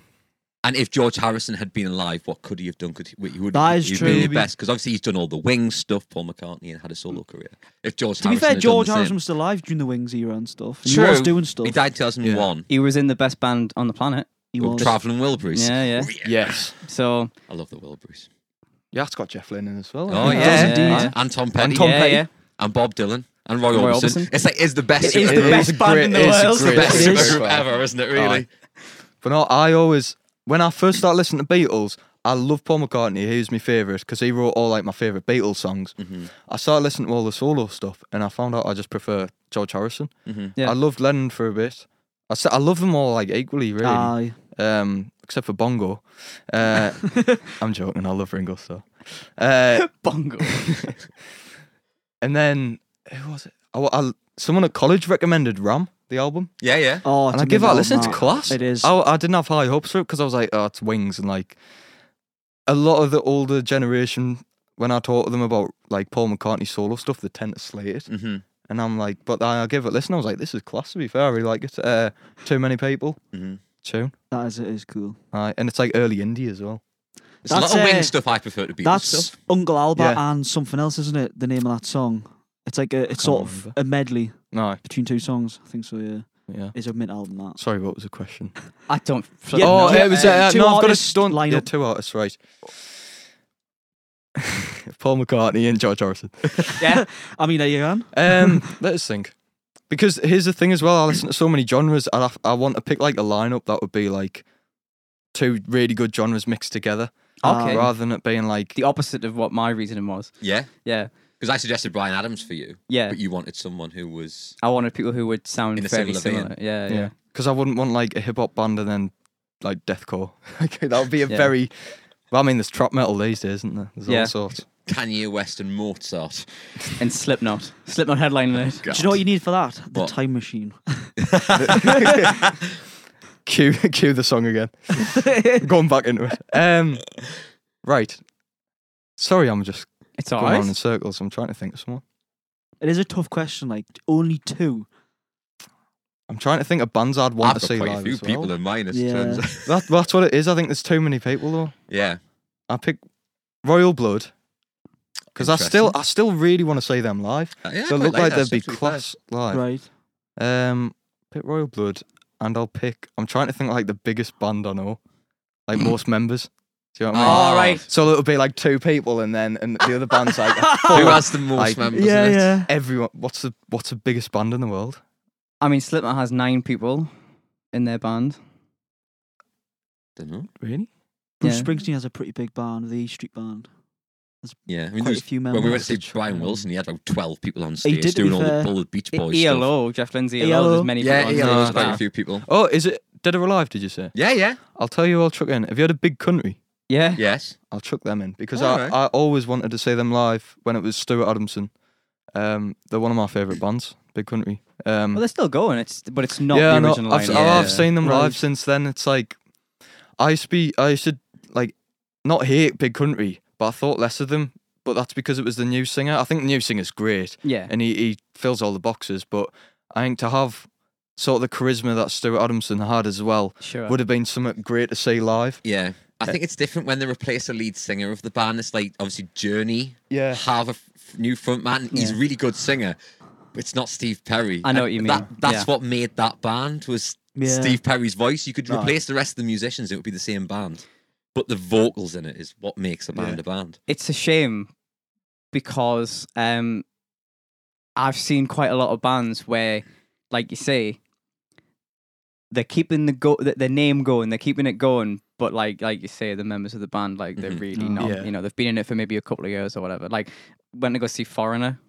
Speaker 2: And if George Harrison had been alive, what could he have done? Could he, he would
Speaker 4: That is
Speaker 2: he'd
Speaker 4: true.
Speaker 2: been the
Speaker 4: Maybe.
Speaker 2: best because obviously he's done all the Wings stuff, Paul McCartney, and had a solo career. If George
Speaker 4: To be
Speaker 2: Harrison
Speaker 4: fair,
Speaker 2: had done
Speaker 4: George
Speaker 2: the same-
Speaker 4: Harrison was still alive during the Wings era and stuff. and He was
Speaker 2: True.
Speaker 4: doing stuff.
Speaker 2: he died 2001.
Speaker 1: He was in the best band on the planet.
Speaker 4: He
Speaker 2: with
Speaker 4: was.
Speaker 2: Traveling Wilburys.
Speaker 1: Yeah, yeah.
Speaker 3: Yes.
Speaker 1: So
Speaker 2: I love the Wilburys.
Speaker 3: Yeah, it's got Jeff Lynne in as well.
Speaker 2: Oh
Speaker 3: I think.
Speaker 1: does
Speaker 2: yeah,
Speaker 1: indeed.
Speaker 2: yeah. and Tom Petty
Speaker 3: And Tom
Speaker 1: yeah,
Speaker 3: Petty.
Speaker 1: yeah.
Speaker 2: and Bob Dylan and Roy,
Speaker 1: Roy Orbison.
Speaker 2: Orbison. It's like is the best.
Speaker 1: It is the
Speaker 3: It
Speaker 1: best
Speaker 3: is a
Speaker 1: band
Speaker 3: great-
Speaker 1: in the
Speaker 3: it is a
Speaker 1: world.
Speaker 3: great-
Speaker 2: best
Speaker 4: It is.
Speaker 2: group ever, isn't it? Really?
Speaker 3: Aye. But no, I always, when I first started listening to Beatles, I love Paul McCartney. He was my favourite because he wrote all like my favourite Beatles songs.
Speaker 1: Mm-hmm.
Speaker 3: I started listening to all the solo stuff and I found out I just prefer George Harrison.
Speaker 1: Yeah.
Speaker 3: I loved Lennon for a bit. I, s- I love them all like equally, really.
Speaker 4: Aye.
Speaker 3: um, except for Bongo. Uh, I'm joking. I love Ringo Starr. Uh,
Speaker 1: Bongo.
Speaker 3: and then who was it? I, I, someone at college recommended Ram the album,
Speaker 2: Yeah, yeah.
Speaker 4: Oh,
Speaker 3: and
Speaker 4: to
Speaker 3: I
Speaker 4: me,
Speaker 3: give that a
Speaker 4: no,
Speaker 3: listen. It's
Speaker 4: no.
Speaker 3: class. Oh.
Speaker 4: It is.
Speaker 3: I, I didn't have high hopes for it because I was like, oh, it's Wings and like a lot of the older generation. When I talk to them about like Paul McCartney solo stuff, they tend to slay it.
Speaker 2: hmm
Speaker 3: And I'm like, but I, I give it a listen. I was like, this is class. To be fair, I really like it. Uh, too many people
Speaker 2: hmm
Speaker 3: tune,
Speaker 4: That is, it is cool.
Speaker 3: Aye, and it's like early indie as well.
Speaker 2: It's a lot
Speaker 4: That's,
Speaker 2: of wing
Speaker 4: uh,
Speaker 2: stuff I prefer to Beatles
Speaker 4: That's
Speaker 2: stuff.
Speaker 4: Uncle Albert
Speaker 3: Yeah.
Speaker 4: and something else, isn't it? The name of that song. It's like a, it's
Speaker 3: can't
Speaker 4: sort of
Speaker 3: remember.
Speaker 4: a medley
Speaker 3: No,
Speaker 4: between two songs. I think so. Yeah,
Speaker 3: yeah.
Speaker 4: it's a mid album that.
Speaker 3: Sorry, what was the question?
Speaker 1: I don't.
Speaker 4: Yeah,
Speaker 3: oh,
Speaker 4: no,
Speaker 3: it was
Speaker 4: uh,
Speaker 3: uh, uh,
Speaker 4: two
Speaker 3: no. I've got a
Speaker 4: artists
Speaker 3: stunt.
Speaker 4: line
Speaker 3: yeah,
Speaker 4: up.
Speaker 3: two artists, right? Paul McCartney and George Harrison.
Speaker 1: yeah.
Speaker 4: I mean, there you go.
Speaker 3: Um, let us think. Because here's the thing as well. I listen to so many genres. I I want to pick like a lineup that would be like two really good genres mixed together,
Speaker 1: Okay.
Speaker 3: rather than it being like
Speaker 1: Ah, the opposite of what my reasoning was.
Speaker 2: Yeah,
Speaker 1: Yeah,
Speaker 2: because I suggested Brian Adams for you,
Speaker 1: yeah.
Speaker 2: but you wanted someone who was
Speaker 1: I wanted people who would sound
Speaker 2: In a
Speaker 1: fairly
Speaker 2: similar
Speaker 1: similar.
Speaker 2: vein.
Speaker 1: Yeah, yeah,
Speaker 3: yeah. Because I wouldn't want like a hip hop band and then like deathcore. Like, that would be a
Speaker 1: Yeah.
Speaker 3: very. Well, I mean, there's trap metal these days, isn't there? There's
Speaker 1: Yeah.
Speaker 3: all sorts.
Speaker 2: Kanye West and Mozart.
Speaker 1: And Slipknot. Slipknot headline it.
Speaker 4: Do you know what you need for that? The
Speaker 2: What?
Speaker 4: time machine.
Speaker 3: Cue cue the song again. Going back into it. Um, right. Sorry, I'm just
Speaker 1: It's
Speaker 3: going on in
Speaker 1: alright.
Speaker 3: circles. I'm trying to think of someone.
Speaker 4: It is a tough question. Like only two.
Speaker 3: I'm trying to think of bands I'd want
Speaker 2: I've
Speaker 3: to
Speaker 2: got
Speaker 3: see
Speaker 2: quite a
Speaker 3: live.
Speaker 2: few
Speaker 3: as well.
Speaker 2: people in mine. As yeah.
Speaker 4: Yeah.
Speaker 2: Turns out.
Speaker 3: That, that's what it is. I think there's too many people though.
Speaker 2: yeah.
Speaker 3: I pick Royal Blood because I still I still really want to see them live.
Speaker 2: Uh, yeah, I
Speaker 3: they
Speaker 2: quite
Speaker 3: look like
Speaker 2: that
Speaker 3: they'd
Speaker 2: stuff,
Speaker 3: be
Speaker 2: to fair.
Speaker 3: class live.
Speaker 4: Right.
Speaker 3: Um, pick Royal Blood, and I'll pick. I'm trying to think like the biggest band I know, like most members. Do you know what I mean?
Speaker 2: Ah.
Speaker 1: All right.
Speaker 3: So it'll be like two people, and then and the other band's like full
Speaker 2: Who
Speaker 3: of
Speaker 2: has the most
Speaker 3: Like-
Speaker 2: members?
Speaker 4: Yeah,
Speaker 2: in it?
Speaker 4: yeah.
Speaker 3: everyone. What's the what's the biggest band in the world?
Speaker 1: I mean, Slipknot has nine people in their band.
Speaker 2: Dunno.
Speaker 3: Really?
Speaker 4: Bruce
Speaker 1: Yeah.
Speaker 4: Springsteen has a pretty big band, the E Street Band.
Speaker 2: Yeah, I mean,
Speaker 4: Quite a
Speaker 2: there's-
Speaker 4: few members.
Speaker 2: when we went to
Speaker 3: members.
Speaker 2: see Brian Wilson, he had like twelve people on stage
Speaker 4: did, to be
Speaker 2: doing all the
Speaker 4: fair.
Speaker 2: Bullet Beach
Speaker 1: E-
Speaker 2: Boys stuff.
Speaker 1: ELO, Jeff Lindsay.
Speaker 3: E
Speaker 1: ELO.
Speaker 4: ELO.
Speaker 1: There's many
Speaker 2: Yeah, E
Speaker 1: people.
Speaker 2: yeah,
Speaker 1: on
Speaker 2: there's
Speaker 1: stage.
Speaker 2: quite
Speaker 1: Ah.
Speaker 2: a few people.
Speaker 3: Oh, is it Dead or Alive? Did you say?
Speaker 2: Yeah, yeah,
Speaker 3: I'll tell you. I'll chuck in. Have you had a big country?
Speaker 1: Yeah.
Speaker 2: yes.
Speaker 3: I'll chuck them in because
Speaker 2: Alright.
Speaker 3: I, I always wanted to see them live when it was Stuart Adamson. Um, they're one of my favourite bands, Big Country. Um,
Speaker 1: Well, they're still going. It's but it's not
Speaker 3: yeah, I
Speaker 1: the
Speaker 3: know.
Speaker 1: original
Speaker 3: I've,
Speaker 1: lineup.
Speaker 3: oh,
Speaker 2: Yeah.
Speaker 3: I've seen them
Speaker 4: Right.
Speaker 3: live since then. It's like I used to be, I used to like not hate Big Country, but I thought less of them. But that's because it was the new singer. I think the new singer's great,
Speaker 1: Yeah.
Speaker 3: and he, he fills all the boxes. But I think to have sort of the charisma that Stuart Adamson had as well
Speaker 1: Sure.
Speaker 3: would have been something great to see live.
Speaker 2: Yeah. I think it's different when they replace a lead singer of the band. It's like obviously Journey
Speaker 3: Yeah.
Speaker 2: have a f- new frontman. He's a
Speaker 1: Yeah.
Speaker 2: really good singer. but It's not Steve Perry.
Speaker 1: I know
Speaker 2: And
Speaker 1: what you mean,
Speaker 2: That, that's
Speaker 1: yeah.
Speaker 2: what made that band was
Speaker 4: Yeah.
Speaker 2: Steve Perry's voice. You could
Speaker 3: No.
Speaker 2: replace the rest of the musicians; it would be the same band. But the vocals in it is what makes a band
Speaker 3: Yeah.
Speaker 2: a band.
Speaker 1: it's a shame because um, I've seen quite a lot of bands where, like you say, they're keeping the go the, the name going, they're keeping it going, but like like you say, the members of the band like they're
Speaker 2: Mhm.
Speaker 1: really
Speaker 4: Oh.
Speaker 1: not.
Speaker 3: Yeah.
Speaker 1: You know, they've been in it for maybe a couple of years or whatever. Like when I go see Foreigner,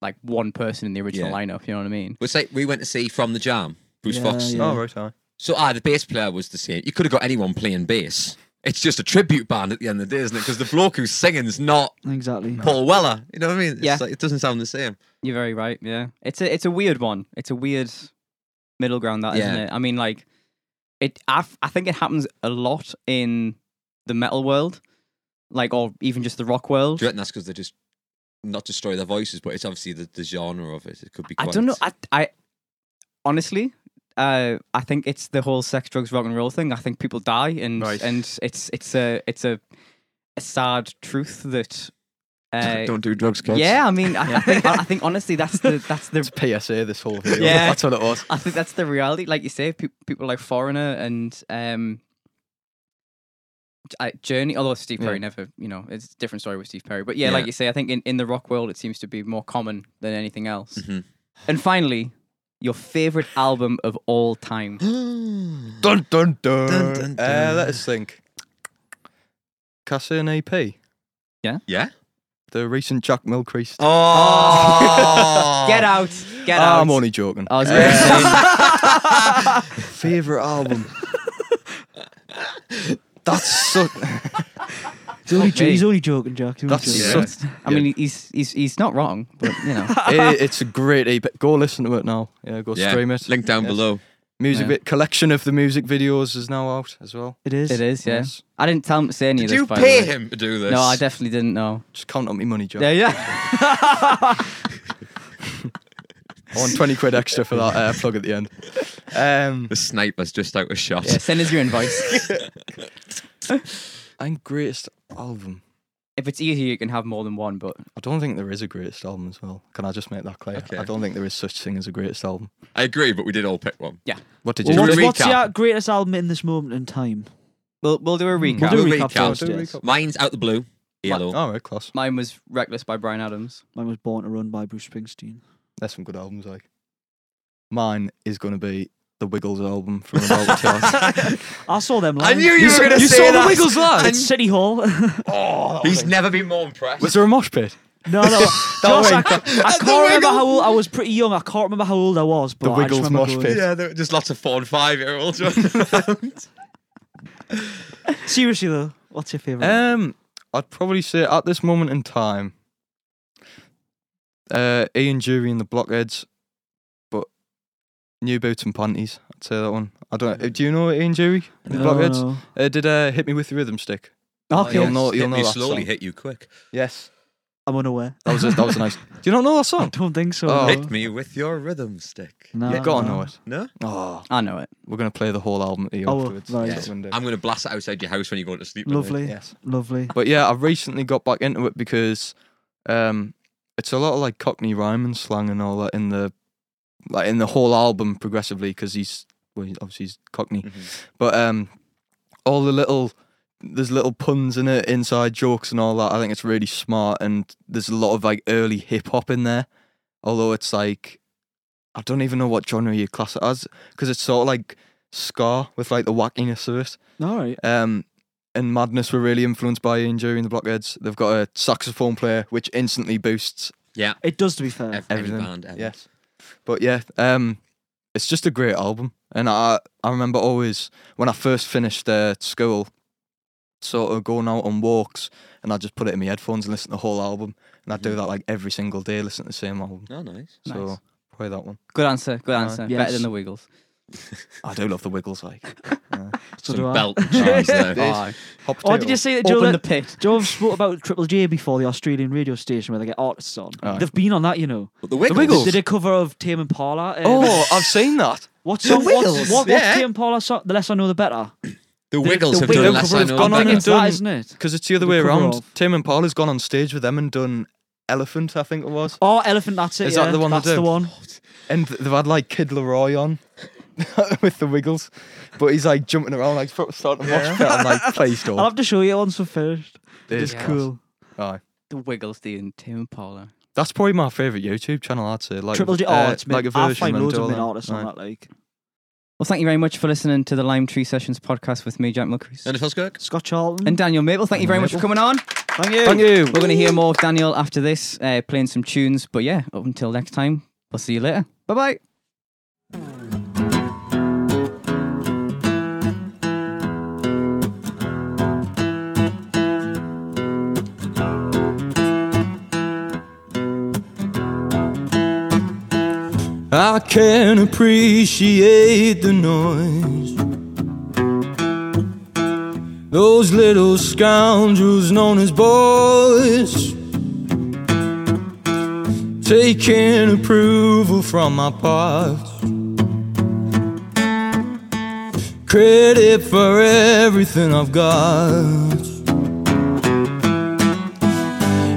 Speaker 1: like one person in the original
Speaker 2: Yeah.
Speaker 1: lineup. You know what I mean?
Speaker 2: It's like we went to see From the Jam, Bruce
Speaker 4: Yeah,
Speaker 2: Fox.
Speaker 4: yeah.
Speaker 3: Oh, right, aye.
Speaker 2: So ah, the bass player was the same. You could have got anyone playing bass. It's just a tribute band at the end of the day, isn't it? Because the bloke who's singing's not
Speaker 4: Exactly.
Speaker 2: Paul Weller. You know what I mean? It's
Speaker 1: Yeah.
Speaker 2: like, it doesn't sound the same.
Speaker 1: You're very right. Yeah, it's a it's a weird one. It's a weird middle ground, that not
Speaker 2: Yeah.
Speaker 1: it? I mean, like it. I, f- I think it happens a lot in the metal world, like or even just the rock world.
Speaker 2: Do you reckon that's because they just not destroy their voices, but it's obviously the, the genre of it. It could be.
Speaker 1: I
Speaker 2: Quite,
Speaker 1: don't know. I I honestly uh, I think it's the whole sex, drugs, rock and roll thing. I think people die, and
Speaker 3: Right.
Speaker 1: and it's it's a it's a, a sad truth that. Uh,
Speaker 2: Don't do drugs, kids.
Speaker 1: yeah, I mean, I, I think I think honestly, that's the that's the
Speaker 3: It's PSA this whole video.
Speaker 1: Yeah.
Speaker 3: That's what it was.
Speaker 1: I think that's the reality. Like you say, pe- people like Foreigner and um, J- uh, Journey. Although Steve Perry
Speaker 3: Yeah.
Speaker 1: never, you know, it's a different story with Steve Perry. But yeah,
Speaker 3: Yeah.
Speaker 1: like you say, I think in, in the rock world, it seems to be more common than anything else.
Speaker 2: Mhm.
Speaker 1: And finally, your favorite album of all time.
Speaker 3: Dun dun dun.
Speaker 2: Dun, dun,
Speaker 3: Uh,
Speaker 2: dun.
Speaker 3: let us think. Can I say an EP?
Speaker 2: yeah.
Speaker 3: The recent Jack Milcrease.
Speaker 2: Oh,
Speaker 1: Get out! Get
Speaker 3: Ah,
Speaker 1: out!
Speaker 3: I'm only joking.
Speaker 1: I was gonna
Speaker 3: Favorite album. That's so.
Speaker 4: He's only, jo-
Speaker 1: me.
Speaker 4: he's only joking, Jack. He's only
Speaker 3: That's
Speaker 4: joking.
Speaker 2: Yeah.
Speaker 3: so.
Speaker 1: say- I mean, he's he's he's not wrong, but you know,
Speaker 3: It- it's a great EP. Go listen to it now. Yeah, go
Speaker 2: Yeah.
Speaker 3: stream it.
Speaker 2: Link down
Speaker 3: Yes.
Speaker 2: below.
Speaker 3: Music
Speaker 1: Yeah.
Speaker 3: vi- collection of the music videos is now out as well.
Speaker 4: It is.
Speaker 1: it is. Yeah,
Speaker 3: Yes.
Speaker 1: I didn't tell him to say any
Speaker 2: Did
Speaker 1: of this.
Speaker 2: you
Speaker 1: by the
Speaker 2: pay
Speaker 1: way.
Speaker 2: him to do this?
Speaker 1: No, I definitely didn't know.
Speaker 3: Just count up my money, Jack.
Speaker 1: Yeah, yeah.
Speaker 3: I want 20 quid extra for that uh, plug at the end. Um,
Speaker 2: The sniper's just out of shot.
Speaker 1: Yeah, send us your invoice.
Speaker 3: I think greatest album.
Speaker 1: if it's easier, you can have more than one. But
Speaker 3: I don't think there is a greatest album as well. Can I just make that clear?
Speaker 2: Okay.
Speaker 3: I don't think there is such thing as a greatest album.
Speaker 2: I agree, but we did all pick one.
Speaker 3: What did
Speaker 2: Well,
Speaker 3: you?
Speaker 2: what-
Speaker 4: What's,
Speaker 2: Do a
Speaker 4: what's
Speaker 2: recap.
Speaker 4: your greatest album in this moment in time?
Speaker 1: we'll Hmm. we'll do a recap.
Speaker 4: We'll do a
Speaker 2: We'll
Speaker 4: recap
Speaker 2: recap.
Speaker 4: first,
Speaker 3: We'll do a
Speaker 4: yes.
Speaker 3: recap.
Speaker 2: Mine's out the blue. Yellow.
Speaker 3: All Oh, right, class.
Speaker 1: Mine was "Reckless" by Brian Adams.
Speaker 4: Mine was Born to Run by Bruce Springsteen.
Speaker 3: There's some good albums. Like mine is going to be the Wiggles album from about time.
Speaker 4: I saw them
Speaker 2: I
Speaker 4: live.
Speaker 2: knew you,
Speaker 4: saw-
Speaker 2: were going to
Speaker 4: you
Speaker 2: say
Speaker 4: saw
Speaker 2: that.
Speaker 4: the Wiggles live at
Speaker 2: And-
Speaker 4: City Hall. no,
Speaker 2: Oh, he's never been more impressed.
Speaker 3: Was there a mosh pit?
Speaker 4: no. Josh, I, ca- I
Speaker 2: The
Speaker 4: can't remember
Speaker 2: Wiggles.
Speaker 4: how old I was. Pretty young. I can't remember how old I was. But
Speaker 3: The
Speaker 4: I just
Speaker 3: Wiggles
Speaker 4: remember
Speaker 3: mosh
Speaker 4: going-
Speaker 3: pit.
Speaker 2: yeah, there were just lots of four and five year olds. running
Speaker 4: Seriously though, what's your favorite?
Speaker 3: Um, I'd probably say at this moment in time, uh, Ian Jury and the Blockheads, but New Boots and Panties. I'd say that one. I don't. uh, Do you know Ian Jury and the Blockheads? Uh, did uh, hit me with the rhythm stick?
Speaker 1: Oh,
Speaker 4: Okay,
Speaker 3: You'll know. You'll
Speaker 2: hit
Speaker 3: know
Speaker 2: me
Speaker 3: that
Speaker 2: slowly,
Speaker 3: song.
Speaker 2: hit you quick.
Speaker 3: Yes,
Speaker 4: I'm unaware.
Speaker 3: that was a, that was a nice. Do you not know that
Speaker 4: I
Speaker 3: song?
Speaker 4: don't think so.
Speaker 3: Oh.
Speaker 4: no.
Speaker 2: Hit me with your rhythm stick.
Speaker 4: No.
Speaker 3: you gotta know it.
Speaker 2: No?
Speaker 3: Oh,
Speaker 1: I know it.
Speaker 3: we're gonna play the whole album to you
Speaker 4: Oh,
Speaker 3: afterwards.
Speaker 4: right.
Speaker 3: That's what we're gonna
Speaker 2: I'm going to blast it outside your house when you go to sleep.
Speaker 3: do.
Speaker 4: Lovely,
Speaker 3: Yes.
Speaker 4: lovely.
Speaker 3: But yeah, I recently got back into it because um, it's a lot of like Cockney rhyme and slang and all that in the like in the whole album progressively because he's well, he- obviously he's Cockney,
Speaker 2: Mhm.
Speaker 3: but um, all the little there's little puns in it, inside jokes and all that. I think it's really smart and there's a lot of like early hip hop in there, although it's like I don't even know what genre you class it as because it's sort of like ska with like the wackiness of it.
Speaker 4: All right.
Speaker 3: Um, and Madness were really influenced by Ian Jury and the Blockheads. They've got a saxophone player which instantly boosts.
Speaker 2: Yeah.
Speaker 4: It does, to be fair.
Speaker 2: ev- any
Speaker 3: Everything.
Speaker 2: band ever.
Speaker 3: Yes, but yeah, um, it's just a great album. And I I remember always when I first finished uh, school, sort of going out on walks, and I just put it in my headphones and listen to the whole album. And I do
Speaker 4: Mm-hmm.
Speaker 2: Mhm.
Speaker 3: that like every single day, listen to the same album.
Speaker 2: Oh, nice.
Speaker 1: Nice.
Speaker 3: So probably that one.
Speaker 1: Good answer. Good answer.
Speaker 4: yes.
Speaker 1: Better than the Wiggles.
Speaker 3: I do love the Wiggles. Like,
Speaker 4: So do
Speaker 2: Some
Speaker 4: I.
Speaker 2: belt jams there.
Speaker 3: Bye. hop
Speaker 4: Or did you say that Joe?
Speaker 1: Open the
Speaker 4: That,
Speaker 1: pit.
Speaker 4: Joe spoke about Triple J before the Australian radio station where they get artists on.
Speaker 3: Aye.
Speaker 4: They've been on that, you know.
Speaker 2: But the Wiggles.
Speaker 3: Wiggles.
Speaker 4: Did a cover of Tame Impala. Um,
Speaker 3: Oh, I've seen that.
Speaker 4: what song? What,
Speaker 2: Wiggles,
Speaker 4: what, what's
Speaker 2: yeah.
Speaker 4: Tame Impala song? The less I know, the better.
Speaker 2: The
Speaker 4: The-
Speaker 2: Wiggles
Speaker 4: the
Speaker 2: have
Speaker 4: Wiggles
Speaker 2: done less
Speaker 4: cover
Speaker 2: I
Speaker 3: have
Speaker 2: know.
Speaker 3: gone
Speaker 2: the
Speaker 3: on
Speaker 2: better.
Speaker 3: and
Speaker 4: It's that,
Speaker 3: done-
Speaker 4: isn't it?
Speaker 3: Because it's the other
Speaker 4: The
Speaker 3: way
Speaker 4: cover
Speaker 3: around.
Speaker 4: of-
Speaker 3: Tim and Paul has gone on stage with them and done Elephant, I think it was.
Speaker 4: Oh, Elephant. That's it.
Speaker 3: Is that
Speaker 4: yeah.
Speaker 3: the one they
Speaker 4: That's
Speaker 3: do? Oh.
Speaker 4: the one.
Speaker 3: And th- they've had like Kid Leroy on with the Wiggles. But he's like jumping around, like sort of starting to watch it. I'm like, please
Speaker 4: I'll
Speaker 3: don't.
Speaker 4: have to show you once we're finished.
Speaker 3: It
Speaker 4: It's cool.
Speaker 3: Aye.
Speaker 1: The Wiggles, the and Tim and Paula.
Speaker 3: That's probably my favourite YouTube channel, I'd say. Like,
Speaker 4: Triple J.
Speaker 3: uh,
Speaker 4: Oh, it's mid.
Speaker 3: like a
Speaker 4: I
Speaker 3: version
Speaker 4: find
Speaker 3: and
Speaker 4: loads
Speaker 3: all
Speaker 4: of mid
Speaker 3: that.
Speaker 4: artists on
Speaker 3: Aye.
Speaker 4: that. Like
Speaker 1: Well, thank you very much for listening to the Lime Tree Sessions podcast with me, Jack McCrease.
Speaker 2: And if I was Kirk?
Speaker 4: Scott Charlton.
Speaker 1: And Daniel Maple, thank you very much for coming on.
Speaker 4: Thank you.
Speaker 3: Thank you.
Speaker 1: We're going to hear more of Daniel after this, uh, playing some tunes. But yeah, up until next time, we'll see you later. Bye bye.
Speaker 3: I can appreciate the noise. Those little scoundrels known as boys. Taking approval from my parts. credit for everything I've got.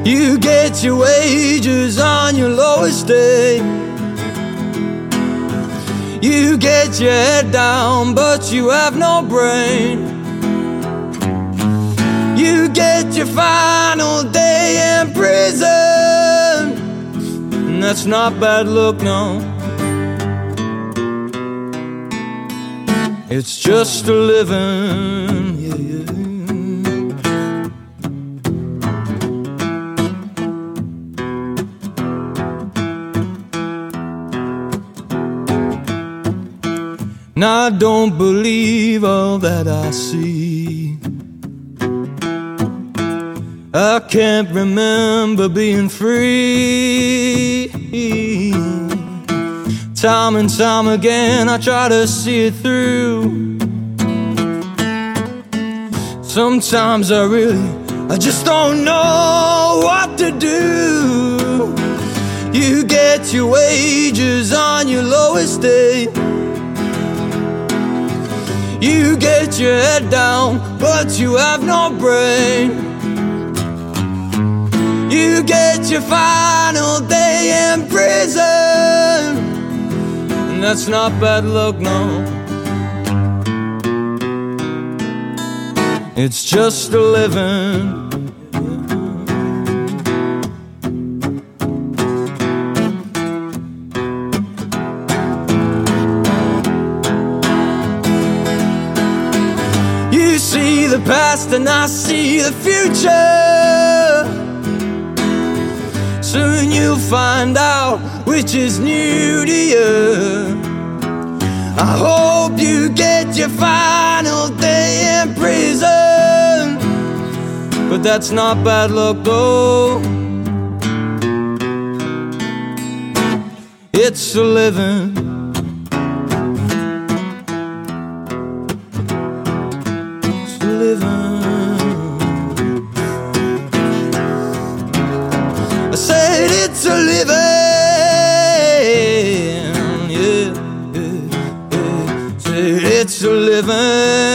Speaker 3: You get your wages on your lowest day. You get your head down, but you have no brain. You get your final day in prison. And that's not bad luck, no. It's just a living. yeah, yeah. And I don't believe all that I see. I can't remember being free. Time and time again, I try to see it through. Sometimes I really, I just don't know what to do. You get your wages on your lowest day. You get your head down, but you have no brain. You get your final day in prison. And that's not bad luck, no. It's just a living. You see the past and I see the future. Soon you'll find out which is new to you. I hope you get your final day in prison. But that's not bad luck, though. It's a living. It's a living. I said it's a living. Yeah, yeah, yeah. Said it's a living.